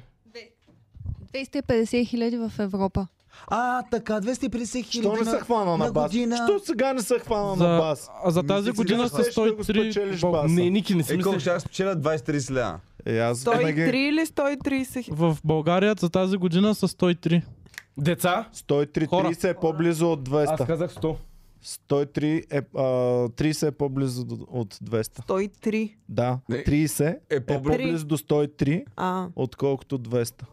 [SPEAKER 6] 250 хиляди в Европа.
[SPEAKER 4] А, така, 250 хиляди.
[SPEAKER 2] Що не се хвана на
[SPEAKER 4] на
[SPEAKER 2] бас?
[SPEAKER 4] година.
[SPEAKER 2] Що сега не се хвана
[SPEAKER 5] За,
[SPEAKER 2] на бас?
[SPEAKER 5] а за тази
[SPEAKER 2] Мислих,
[SPEAKER 5] година
[SPEAKER 2] сега
[SPEAKER 5] са
[SPEAKER 2] ще да го
[SPEAKER 5] 103
[SPEAKER 2] спечелиш
[SPEAKER 5] бо-
[SPEAKER 2] баса.
[SPEAKER 1] Не, Ники, не си
[SPEAKER 4] Е, колко
[SPEAKER 1] мислиш.
[SPEAKER 4] ще аз спечеля 20-30 ля?
[SPEAKER 2] Е, аз винаги...
[SPEAKER 3] 103 или 130 хиляди?
[SPEAKER 5] в България за тази година са 103.
[SPEAKER 1] Деца?
[SPEAKER 2] 103 е по-близо от
[SPEAKER 1] Аз
[SPEAKER 2] 200.
[SPEAKER 1] казах 100.
[SPEAKER 2] 103 е, а, 30 е по-близо до- от 200.
[SPEAKER 3] 103.
[SPEAKER 2] Да,
[SPEAKER 4] Не.
[SPEAKER 2] 30
[SPEAKER 4] Е,
[SPEAKER 2] е
[SPEAKER 4] по-близо.
[SPEAKER 2] по-близо до 103,
[SPEAKER 3] А,
[SPEAKER 2] отколкото 200.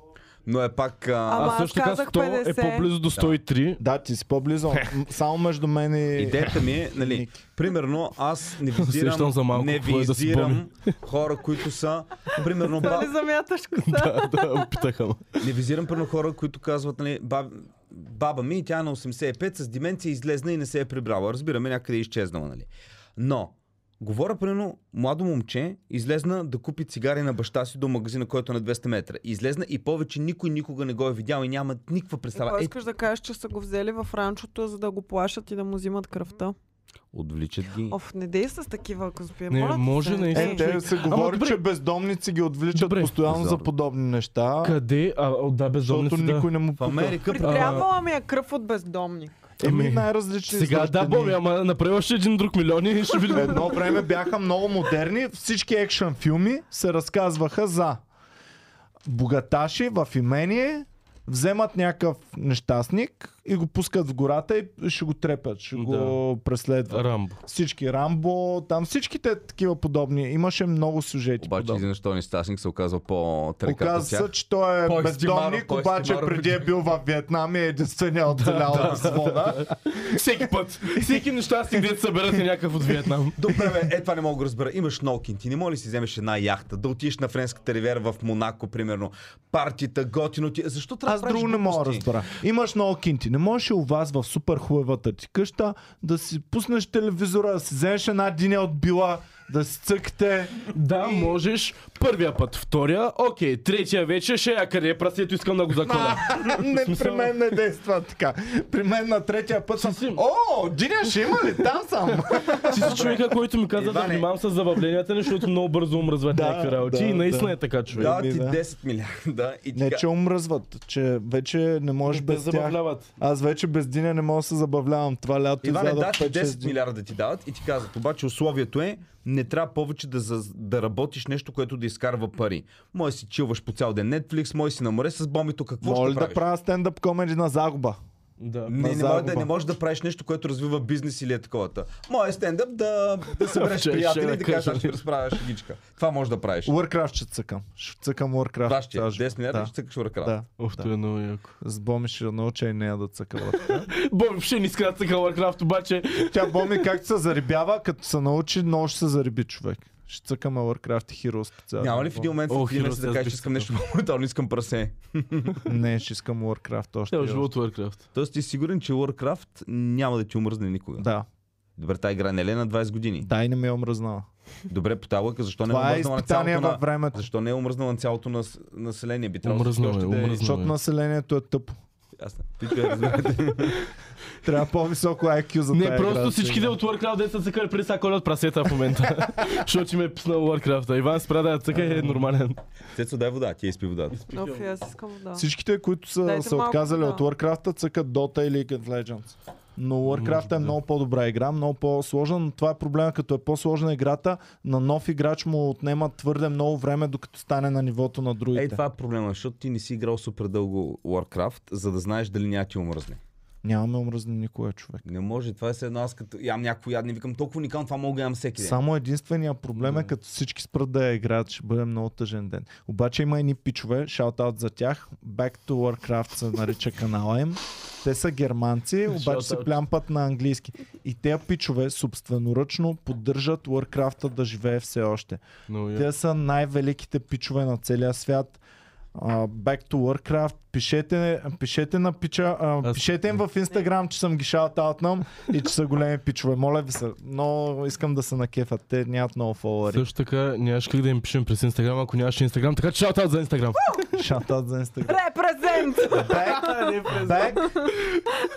[SPEAKER 4] Но е пак... А...
[SPEAKER 3] Ама
[SPEAKER 1] Аз също
[SPEAKER 3] аз
[SPEAKER 1] така
[SPEAKER 3] казах
[SPEAKER 1] 100 е
[SPEAKER 3] 50.
[SPEAKER 1] по-близо до 103.
[SPEAKER 2] Да, ти си по-близо. М, Само между мен и...
[SPEAKER 4] Идеята ми е, нали, примерно аз не визирам,
[SPEAKER 1] Усещам за малко
[SPEAKER 4] не
[SPEAKER 1] какво е да си
[SPEAKER 4] визирам хора, които са, примерно,
[SPEAKER 3] Това ли
[SPEAKER 4] ба,
[SPEAKER 3] замяташ коса?
[SPEAKER 1] Да, да, опитаха ме.
[SPEAKER 4] Не визирам първо хора, които казват, нали, баб, баба ми, тя е на 85, с деменция излезна и не се е прибрала. Разбираме, някъде е изчезнала, нали. Но, говоря примерно, младо момче излезна да купи цигари на баща си до магазина, който е на 200 метра. Излезна и повече никой никога не го е видял и няма никаква представа.
[SPEAKER 3] Какво
[SPEAKER 4] Е,
[SPEAKER 3] искаш да кажеш, че са го взели в ранчото, за да го плашат и да му взимат кръвта?
[SPEAKER 4] отвличат ги.
[SPEAKER 3] Оф, не дей с такива конспирации.
[SPEAKER 1] Не, може наистина,
[SPEAKER 2] Е, те се говори,
[SPEAKER 1] добре.
[SPEAKER 2] че бездомници ги отвличат
[SPEAKER 1] Добре.
[SPEAKER 2] постоянно за
[SPEAKER 4] Бездомни.
[SPEAKER 2] подобни неща,
[SPEAKER 1] Къде? А, о, да, бездомни
[SPEAKER 2] защото
[SPEAKER 1] си, да.
[SPEAKER 2] никой не му
[SPEAKER 4] В
[SPEAKER 2] пука.
[SPEAKER 4] Америка,
[SPEAKER 3] Трябвала ми е кръв от бездомник.
[SPEAKER 2] Еми
[SPEAKER 1] Ами,
[SPEAKER 2] най-различни
[SPEAKER 1] Сега да,
[SPEAKER 2] изращения.
[SPEAKER 1] Боби, ама направи още един друг милион и ще видим.
[SPEAKER 2] Едно време бяха много модерни, всички екшън филми се разказваха за богаташи в имение, вземат някакъв нещастник и го пускат в гората и ще го трепят, ще го преследват.
[SPEAKER 1] Рамбо.
[SPEAKER 2] Всички Рамбо, там всичките такива подобни. Имаше много сюжети.
[SPEAKER 4] Обаче
[SPEAKER 2] подобни.
[SPEAKER 4] изведнъж този Стасник се оказва по-треката
[SPEAKER 2] Оказва
[SPEAKER 4] от тях.
[SPEAKER 2] се, че той е
[SPEAKER 7] Той е
[SPEAKER 2] бездомник,
[SPEAKER 7] стимаро, той е
[SPEAKER 2] обаче
[SPEAKER 7] стимаро.
[SPEAKER 2] преди е бил във Виетнам и е единствения оцелял от взвода.
[SPEAKER 1] Всеки път. Всеки нещастник, дето съберат е някакъв от Виетнам.
[SPEAKER 4] Добре, бе, е, това не мога да го разбера. Имаш Нолкин, ти не мога ли си вземеш една яхта, да отидеш на френската ривера в Монако, примерно, партията, готино ти. е. Защо трябва
[SPEAKER 2] Аз
[SPEAKER 4] да правиш
[SPEAKER 2] друго не мога да
[SPEAKER 4] глупости?
[SPEAKER 2] разбера. Имаш много кинти. Не можеш ли у вас в супер хубавата ти къща да си пуснеш телевизора, да си вземеш една диня от била, да си цъкате.
[SPEAKER 1] Да, можеш. Първия път, втория, окей. Третия вече ще я къде е прасето, искам да го закона.
[SPEAKER 2] не, при
[SPEAKER 1] смисъл?
[SPEAKER 2] мен не действа така. При мен на третия път съм...
[SPEAKER 1] Си- си-
[SPEAKER 2] О, диня ще има ли? Там съм.
[SPEAKER 1] Ти си човека, който ми каза да
[SPEAKER 4] Иване.
[SPEAKER 1] внимавам с забавленията, ни, защото много бързо умръзват
[SPEAKER 2] Да,
[SPEAKER 1] някакви работи.
[SPEAKER 2] да,
[SPEAKER 1] И наистина
[SPEAKER 2] да.
[SPEAKER 1] е така, човек.
[SPEAKER 4] Да,
[SPEAKER 2] Еми,
[SPEAKER 4] ти
[SPEAKER 2] да.
[SPEAKER 4] 10 милиарда и ти
[SPEAKER 2] не,
[SPEAKER 4] ка-
[SPEAKER 2] че умръзват, че вече не можеш
[SPEAKER 1] Те
[SPEAKER 2] без тях.
[SPEAKER 1] забавляват.
[SPEAKER 2] Аз вече без диня не мога да се забавлявам. Това лято
[SPEAKER 4] Иване,
[SPEAKER 2] изядох
[SPEAKER 4] да, ти
[SPEAKER 2] 5-6
[SPEAKER 4] 10
[SPEAKER 2] дни.
[SPEAKER 4] милиарда ти дават и ти казват, обаче условието е, не трябва повече да, за, да работиш нещо, което да изкарва пари. Може си чилваш по цял ден Netflix, може си на море с бомито, какво
[SPEAKER 2] Моля
[SPEAKER 4] ще
[SPEAKER 2] да
[SPEAKER 4] правиш?
[SPEAKER 2] правя стендъп комеди на загуба.
[SPEAKER 1] Да.
[SPEAKER 4] Не, не,
[SPEAKER 2] на
[SPEAKER 4] може да,
[SPEAKER 2] загуба.
[SPEAKER 4] не можеш да правиш нещо, което развива бизнес или е такова. Моя стендъп да, да събереш
[SPEAKER 1] Ще- ще
[SPEAKER 4] приятели и да
[SPEAKER 1] да
[SPEAKER 4] кажеш,
[SPEAKER 1] кажа.
[SPEAKER 4] аз ще разправя шегичка. Това можеш да правиш.
[SPEAKER 2] Warcraft ще цъкам. Ще цъкам Warcraft.
[SPEAKER 4] Това ще е.
[SPEAKER 2] Даже.
[SPEAKER 4] 10 милиарда
[SPEAKER 2] Да.
[SPEAKER 4] ще цъкаш ръка.
[SPEAKER 2] Да.
[SPEAKER 1] Оф, то е много яко.
[SPEAKER 2] С Боми ще науча и нея да цъка. брат.
[SPEAKER 1] Боб ще ни скраца Warcraft, обаче.
[SPEAKER 2] Тя Боми както се зарибява, като се научи, много ще се зариби човек. Ще цъкаме Warcraft и Hero специално.
[SPEAKER 4] Няма ли в един момент
[SPEAKER 1] О,
[SPEAKER 4] в един
[SPEAKER 1] Хиро,
[SPEAKER 4] месец да
[SPEAKER 1] аз
[SPEAKER 4] кажеш,
[SPEAKER 1] бих
[SPEAKER 4] че искам нещо по-брутално, искам прасе?
[SPEAKER 2] Не, ще искам Warcraft
[SPEAKER 4] Е,
[SPEAKER 2] още. и
[SPEAKER 1] Цял
[SPEAKER 2] още.
[SPEAKER 1] живот Warcraft.
[SPEAKER 4] Тоест ти сигурен, че Warcraft няма да ти умръзне никога.
[SPEAKER 2] Да,
[SPEAKER 4] Добре, тази игра не е ли на 20 години?
[SPEAKER 2] дай не ме е омръзнала.
[SPEAKER 4] Добре, по тази лъка, защо не е
[SPEAKER 2] Това е
[SPEAKER 4] умръзнала на
[SPEAKER 2] изпитание
[SPEAKER 4] цялото на...
[SPEAKER 2] във времето.
[SPEAKER 4] Защо не е умръзнала на цялото нас... население? Би трябвало
[SPEAKER 1] Умръзнала
[SPEAKER 4] още
[SPEAKER 1] е,
[SPEAKER 4] да
[SPEAKER 1] умръзнала.
[SPEAKER 2] Защото населението е тъпо.
[SPEAKER 4] Ясно. Ти че разбирате.
[SPEAKER 2] Трябва по-високо IQ за
[SPEAKER 1] Не,
[SPEAKER 2] тая
[SPEAKER 1] просто
[SPEAKER 2] игра,
[SPEAKER 1] всичките
[SPEAKER 2] сега.
[SPEAKER 1] от Warcraft деца цъкали преди са колят прасета в момента. Защото че ме е писнал Warcraft. Иван спря да я цъка и е нормален.
[SPEAKER 4] Цецо, дай вода, ти изпи водата.
[SPEAKER 3] Но фи, аз искам да.
[SPEAKER 2] Всичките, които са
[SPEAKER 3] Дайте
[SPEAKER 2] се
[SPEAKER 3] малко
[SPEAKER 2] отказали
[SPEAKER 3] вода.
[SPEAKER 2] от Warcraft, цъкат Dota или League of Legends. Но Warcraft е много по-добра игра, много по-сложна, но това е проблема, като е по-сложна играта, на нов играч му отнема твърде много време, докато стане на нивото на другите.
[SPEAKER 4] Ей, това е проблема, защото ти не си играл супер дълго Warcraft, за да знаеш дали няма ти омръзне.
[SPEAKER 2] Нямаме омръзни никога, човек.
[SPEAKER 4] Не може, това е все едно аз като ям някой ядни, викам толкова уникално, това мога да ям всеки ден.
[SPEAKER 2] Само единствения проблем е, като всички спрат да я играят, ще бъде много тъжен ден. Обаче има едни пичове, shout-out за тях, Back to Warcraft се нарича канала им. Те са германци, обаче се
[SPEAKER 1] Shout-out.
[SPEAKER 2] плямпат на английски. И те пичове собственоръчно поддържат Warcraft да живее все още.
[SPEAKER 1] Много яко.
[SPEAKER 2] Те са най-великите пичове на целия свят. Uh, back to Warcraft. Пишете, пишете на пича, uh,
[SPEAKER 1] Аз-
[SPEAKER 2] пишете им в Instagram, че съм ги шаутаутнам и че са големи пичове. Моля ви се, но искам да се накефат. Те нямат много фолуари.
[SPEAKER 1] Също така нямаш как да им пишем през Инстаграм, ако нямаш Инстаграм, така че шаутаут за Инстаграм.
[SPEAKER 2] Шаутаут за Instagram.
[SPEAKER 3] Репрезент!
[SPEAKER 2] Back, back.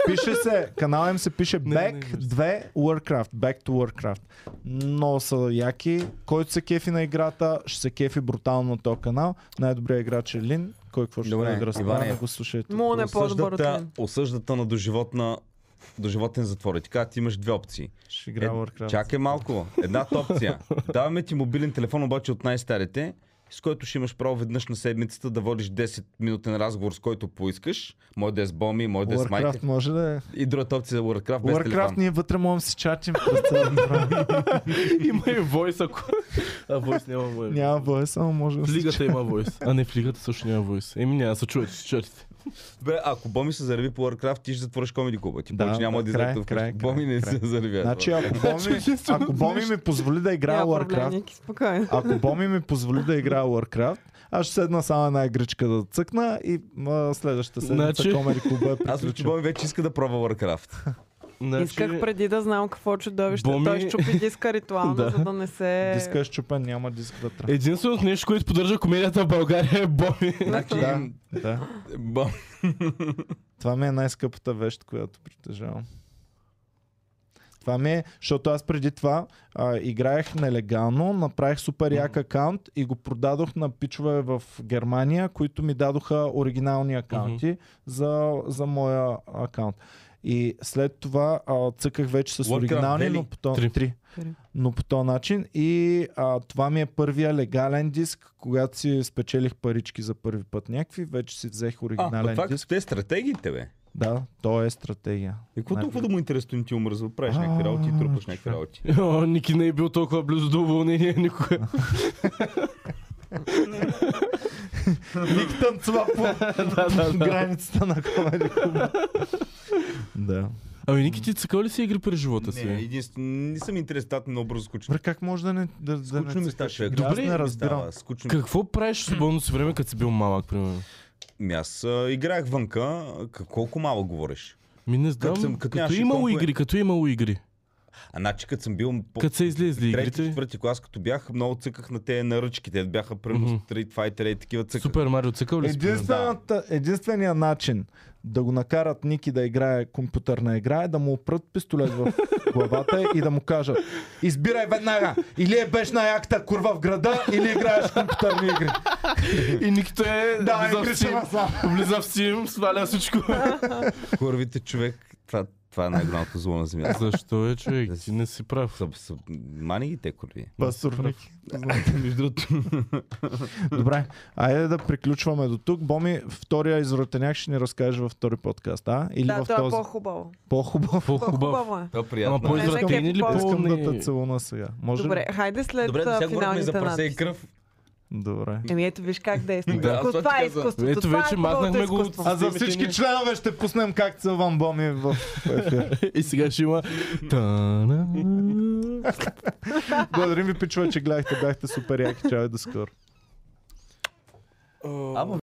[SPEAKER 2] Пише се, канала им се пише
[SPEAKER 1] Не, не, не,
[SPEAKER 2] Back 2 Warcraft. Back to Warcraft. Много са яки. Който се кефи на играта, ще се кефи брутално на този канал. Най-добрият играч е Лин. Кой какво ще
[SPEAKER 4] Добре,
[SPEAKER 2] прави да разправя,
[SPEAKER 4] Иване.
[SPEAKER 2] не го слушайте.
[SPEAKER 3] Му не е по-добър от
[SPEAKER 4] осъждата,
[SPEAKER 3] мен.
[SPEAKER 4] осъждата на доживотна доживотен затвор. И така, ти имаш две опции.
[SPEAKER 2] Ще игра Warcraft.
[SPEAKER 4] Е, чакай малко. Едната опция. Даваме ти мобилен телефон, обаче от най-старите, с който ще имаш право веднъж на седмицата да водиш 10-минутен разговор, с който поискаш. Може да е с Боми, може да е с Майка.
[SPEAKER 2] Warcraft може да е.
[SPEAKER 4] И другата опция е Warcraft без
[SPEAKER 2] Warcraft
[SPEAKER 4] телефон.
[SPEAKER 2] ние вътре можем да си чатим. през цялото време.
[SPEAKER 1] Има и войс, ако... А войс няма войс.
[SPEAKER 2] Няма бой, само може да
[SPEAKER 1] В
[SPEAKER 2] си
[SPEAKER 1] лигата има войс. А не, в лигата също няма войс. Еми няма, се чуете, се чуете.
[SPEAKER 4] Бе, ако Боми се зареви по Warcraft, ти ще затвориш комеди клуба. Ти
[SPEAKER 2] Да,
[SPEAKER 4] повече няма
[SPEAKER 2] да,
[SPEAKER 4] да
[SPEAKER 2] край,
[SPEAKER 4] излезе
[SPEAKER 2] край,
[SPEAKER 4] вкъщи. Боми не
[SPEAKER 2] край.
[SPEAKER 4] се заревя.
[SPEAKER 2] Значи ако Боми, ако Боми ми позволи да играя
[SPEAKER 3] Няма проблем,
[SPEAKER 2] Warcraft,
[SPEAKER 3] Ники, спокойно.
[SPEAKER 2] ако Боми ми позволи да играя Warcraft, аз ще седна само една игричка да цъкна и а, следващата седмица
[SPEAKER 1] Значи-
[SPEAKER 2] Комери клуба е
[SPEAKER 4] Аз мисля, че
[SPEAKER 2] приключил.
[SPEAKER 4] Боми вече иска да пробва Warcraft.
[SPEAKER 1] Значи,
[SPEAKER 3] Исках преди да знам какво е чудовище.
[SPEAKER 1] Боми-
[SPEAKER 3] Той щупи диска ритуално,
[SPEAKER 1] Да.
[SPEAKER 3] за да не се...
[SPEAKER 2] Диска е щупен, няма диск вътре.
[SPEAKER 4] Е.
[SPEAKER 1] Единственото нещо, което поддържа комедията в България е Боми.
[SPEAKER 4] Значи,
[SPEAKER 2] Да, да.
[SPEAKER 4] Бом...
[SPEAKER 2] Това ми е най-скъпата вещ, която притежавам. Това ми е, защото аз преди това а, играех нелегално, направих супер як акаунт и го продадох на пичове в Германия, които ми дадоха оригинални акаунти за, за моя акаунт. И след това а, цъках вече с
[SPEAKER 4] Warcraft
[SPEAKER 2] оригинални,
[SPEAKER 4] Valley?
[SPEAKER 2] но по, то,
[SPEAKER 1] Три.
[SPEAKER 2] три.
[SPEAKER 3] Три.
[SPEAKER 2] но по този начин. И а, това ми е първия легален диск, когато си спечелих парички за първи път някакви, вече си взех
[SPEAKER 4] А, бе,
[SPEAKER 2] оригинален
[SPEAKER 4] това
[SPEAKER 2] е диск.
[SPEAKER 4] като те стратегиите, бе.
[SPEAKER 2] Да, то е стратегия.
[SPEAKER 4] И какво
[SPEAKER 2] Най-
[SPEAKER 4] толкова да му е интересно не ти омръзва? Правиш някакви
[SPEAKER 2] А,
[SPEAKER 4] работи и трупаш някакви
[SPEAKER 2] човек.
[SPEAKER 4] работи.
[SPEAKER 1] О, Ники не е бил толкова близо до уволнение никога.
[SPEAKER 2] Ник танцва по границата на Комеди Клуба. Да.
[SPEAKER 1] Ами Ники, ти цъкал ли си игри през живота си?
[SPEAKER 4] Не, единствено, не съм интересен, тата много бързо скучно.
[SPEAKER 2] Бре, как може да не... Да, да
[SPEAKER 4] Скучно
[SPEAKER 2] не цъкаш
[SPEAKER 4] ми става човек.
[SPEAKER 2] игра? Аз
[SPEAKER 1] Добре,
[SPEAKER 2] не
[SPEAKER 4] ми
[SPEAKER 2] разбирам.
[SPEAKER 4] става, Скучно ми
[SPEAKER 1] Какво правиш в свободното си време, като си бил малък, примерно?
[SPEAKER 4] Ми Ами аз а, играех вънка. К- Колко малко говориш?
[SPEAKER 1] Ми не знам,
[SPEAKER 4] Като съм- като
[SPEAKER 1] като, е
[SPEAKER 4] нямаше
[SPEAKER 1] имало
[SPEAKER 4] компове.
[SPEAKER 1] игри, като имало игри.
[SPEAKER 4] А значи като съм бил по...
[SPEAKER 1] Като са излезли
[SPEAKER 4] трети,
[SPEAKER 1] игрите,
[SPEAKER 4] четвърти клас, като бях, много цъках на те наръчките. Бяха примерно
[SPEAKER 1] Мгм.
[SPEAKER 4] Street Fighter и такива цъках.
[SPEAKER 1] Супер Марио цъкал ли си? примерно?
[SPEAKER 2] Единствената, единствения начин да го накарат Ники да играе компютърна игра е да му опрат пистолет в главата и да му кажат избирай веднага, или е беш на якта курва в града, или играеш в компютърни игри.
[SPEAKER 1] И Никито е
[SPEAKER 2] Да,
[SPEAKER 1] влиза в
[SPEAKER 2] игриш
[SPEAKER 1] Steam,
[SPEAKER 2] сам.
[SPEAKER 1] влиза в Steam, сваля всичко.
[SPEAKER 4] Курвите човек, това, това е най-голямото зло на земята.
[SPEAKER 1] Защо е, човек? Ти не си прав.
[SPEAKER 4] Са- са- Мани ги те курви.
[SPEAKER 2] Пасурник.
[SPEAKER 4] Между другото.
[SPEAKER 2] Добре, айде да приключваме до тук. Боми, втория изротеняк ще ни разкаже във втори подкаст, а? Или
[SPEAKER 3] Да,
[SPEAKER 2] в
[SPEAKER 3] това е
[SPEAKER 2] този?
[SPEAKER 3] по-хубаво.
[SPEAKER 2] По-хубав.
[SPEAKER 1] По-хубав.
[SPEAKER 3] По-хубаво е.
[SPEAKER 4] Това е
[SPEAKER 1] Ама
[SPEAKER 4] приятно.
[SPEAKER 3] Човек е
[SPEAKER 1] по-извратен или
[SPEAKER 3] по-хубав.
[SPEAKER 2] Искам да те
[SPEAKER 1] по-не?
[SPEAKER 2] целуна сега. Може ли?
[SPEAKER 3] Добре, хайде след
[SPEAKER 4] Добре, да
[SPEAKER 3] а,
[SPEAKER 4] сега говорихме за
[SPEAKER 3] финалните
[SPEAKER 4] прасе и
[SPEAKER 3] надписи.
[SPEAKER 4] кръв.
[SPEAKER 2] Добре.
[SPEAKER 3] Еми ето виж как действа.
[SPEAKER 4] Да, аз
[SPEAKER 3] Изкуство,
[SPEAKER 4] това ти
[SPEAKER 3] това е
[SPEAKER 4] казвам.
[SPEAKER 3] изкуството.
[SPEAKER 1] Ето
[SPEAKER 3] това е
[SPEAKER 1] вече
[SPEAKER 3] хубавото
[SPEAKER 1] махнахме го от-
[SPEAKER 3] изкуство.
[SPEAKER 2] А за
[SPEAKER 1] Темите
[SPEAKER 2] всички
[SPEAKER 1] ни-
[SPEAKER 2] членове ще пуснем как целвам Боми в ефир.
[SPEAKER 1] И сега ще има... Та-на.
[SPEAKER 2] Благодарим ви, пичове, че гледахте. Бяхте супер яки. Чао и до скоро.
[SPEAKER 4] Ама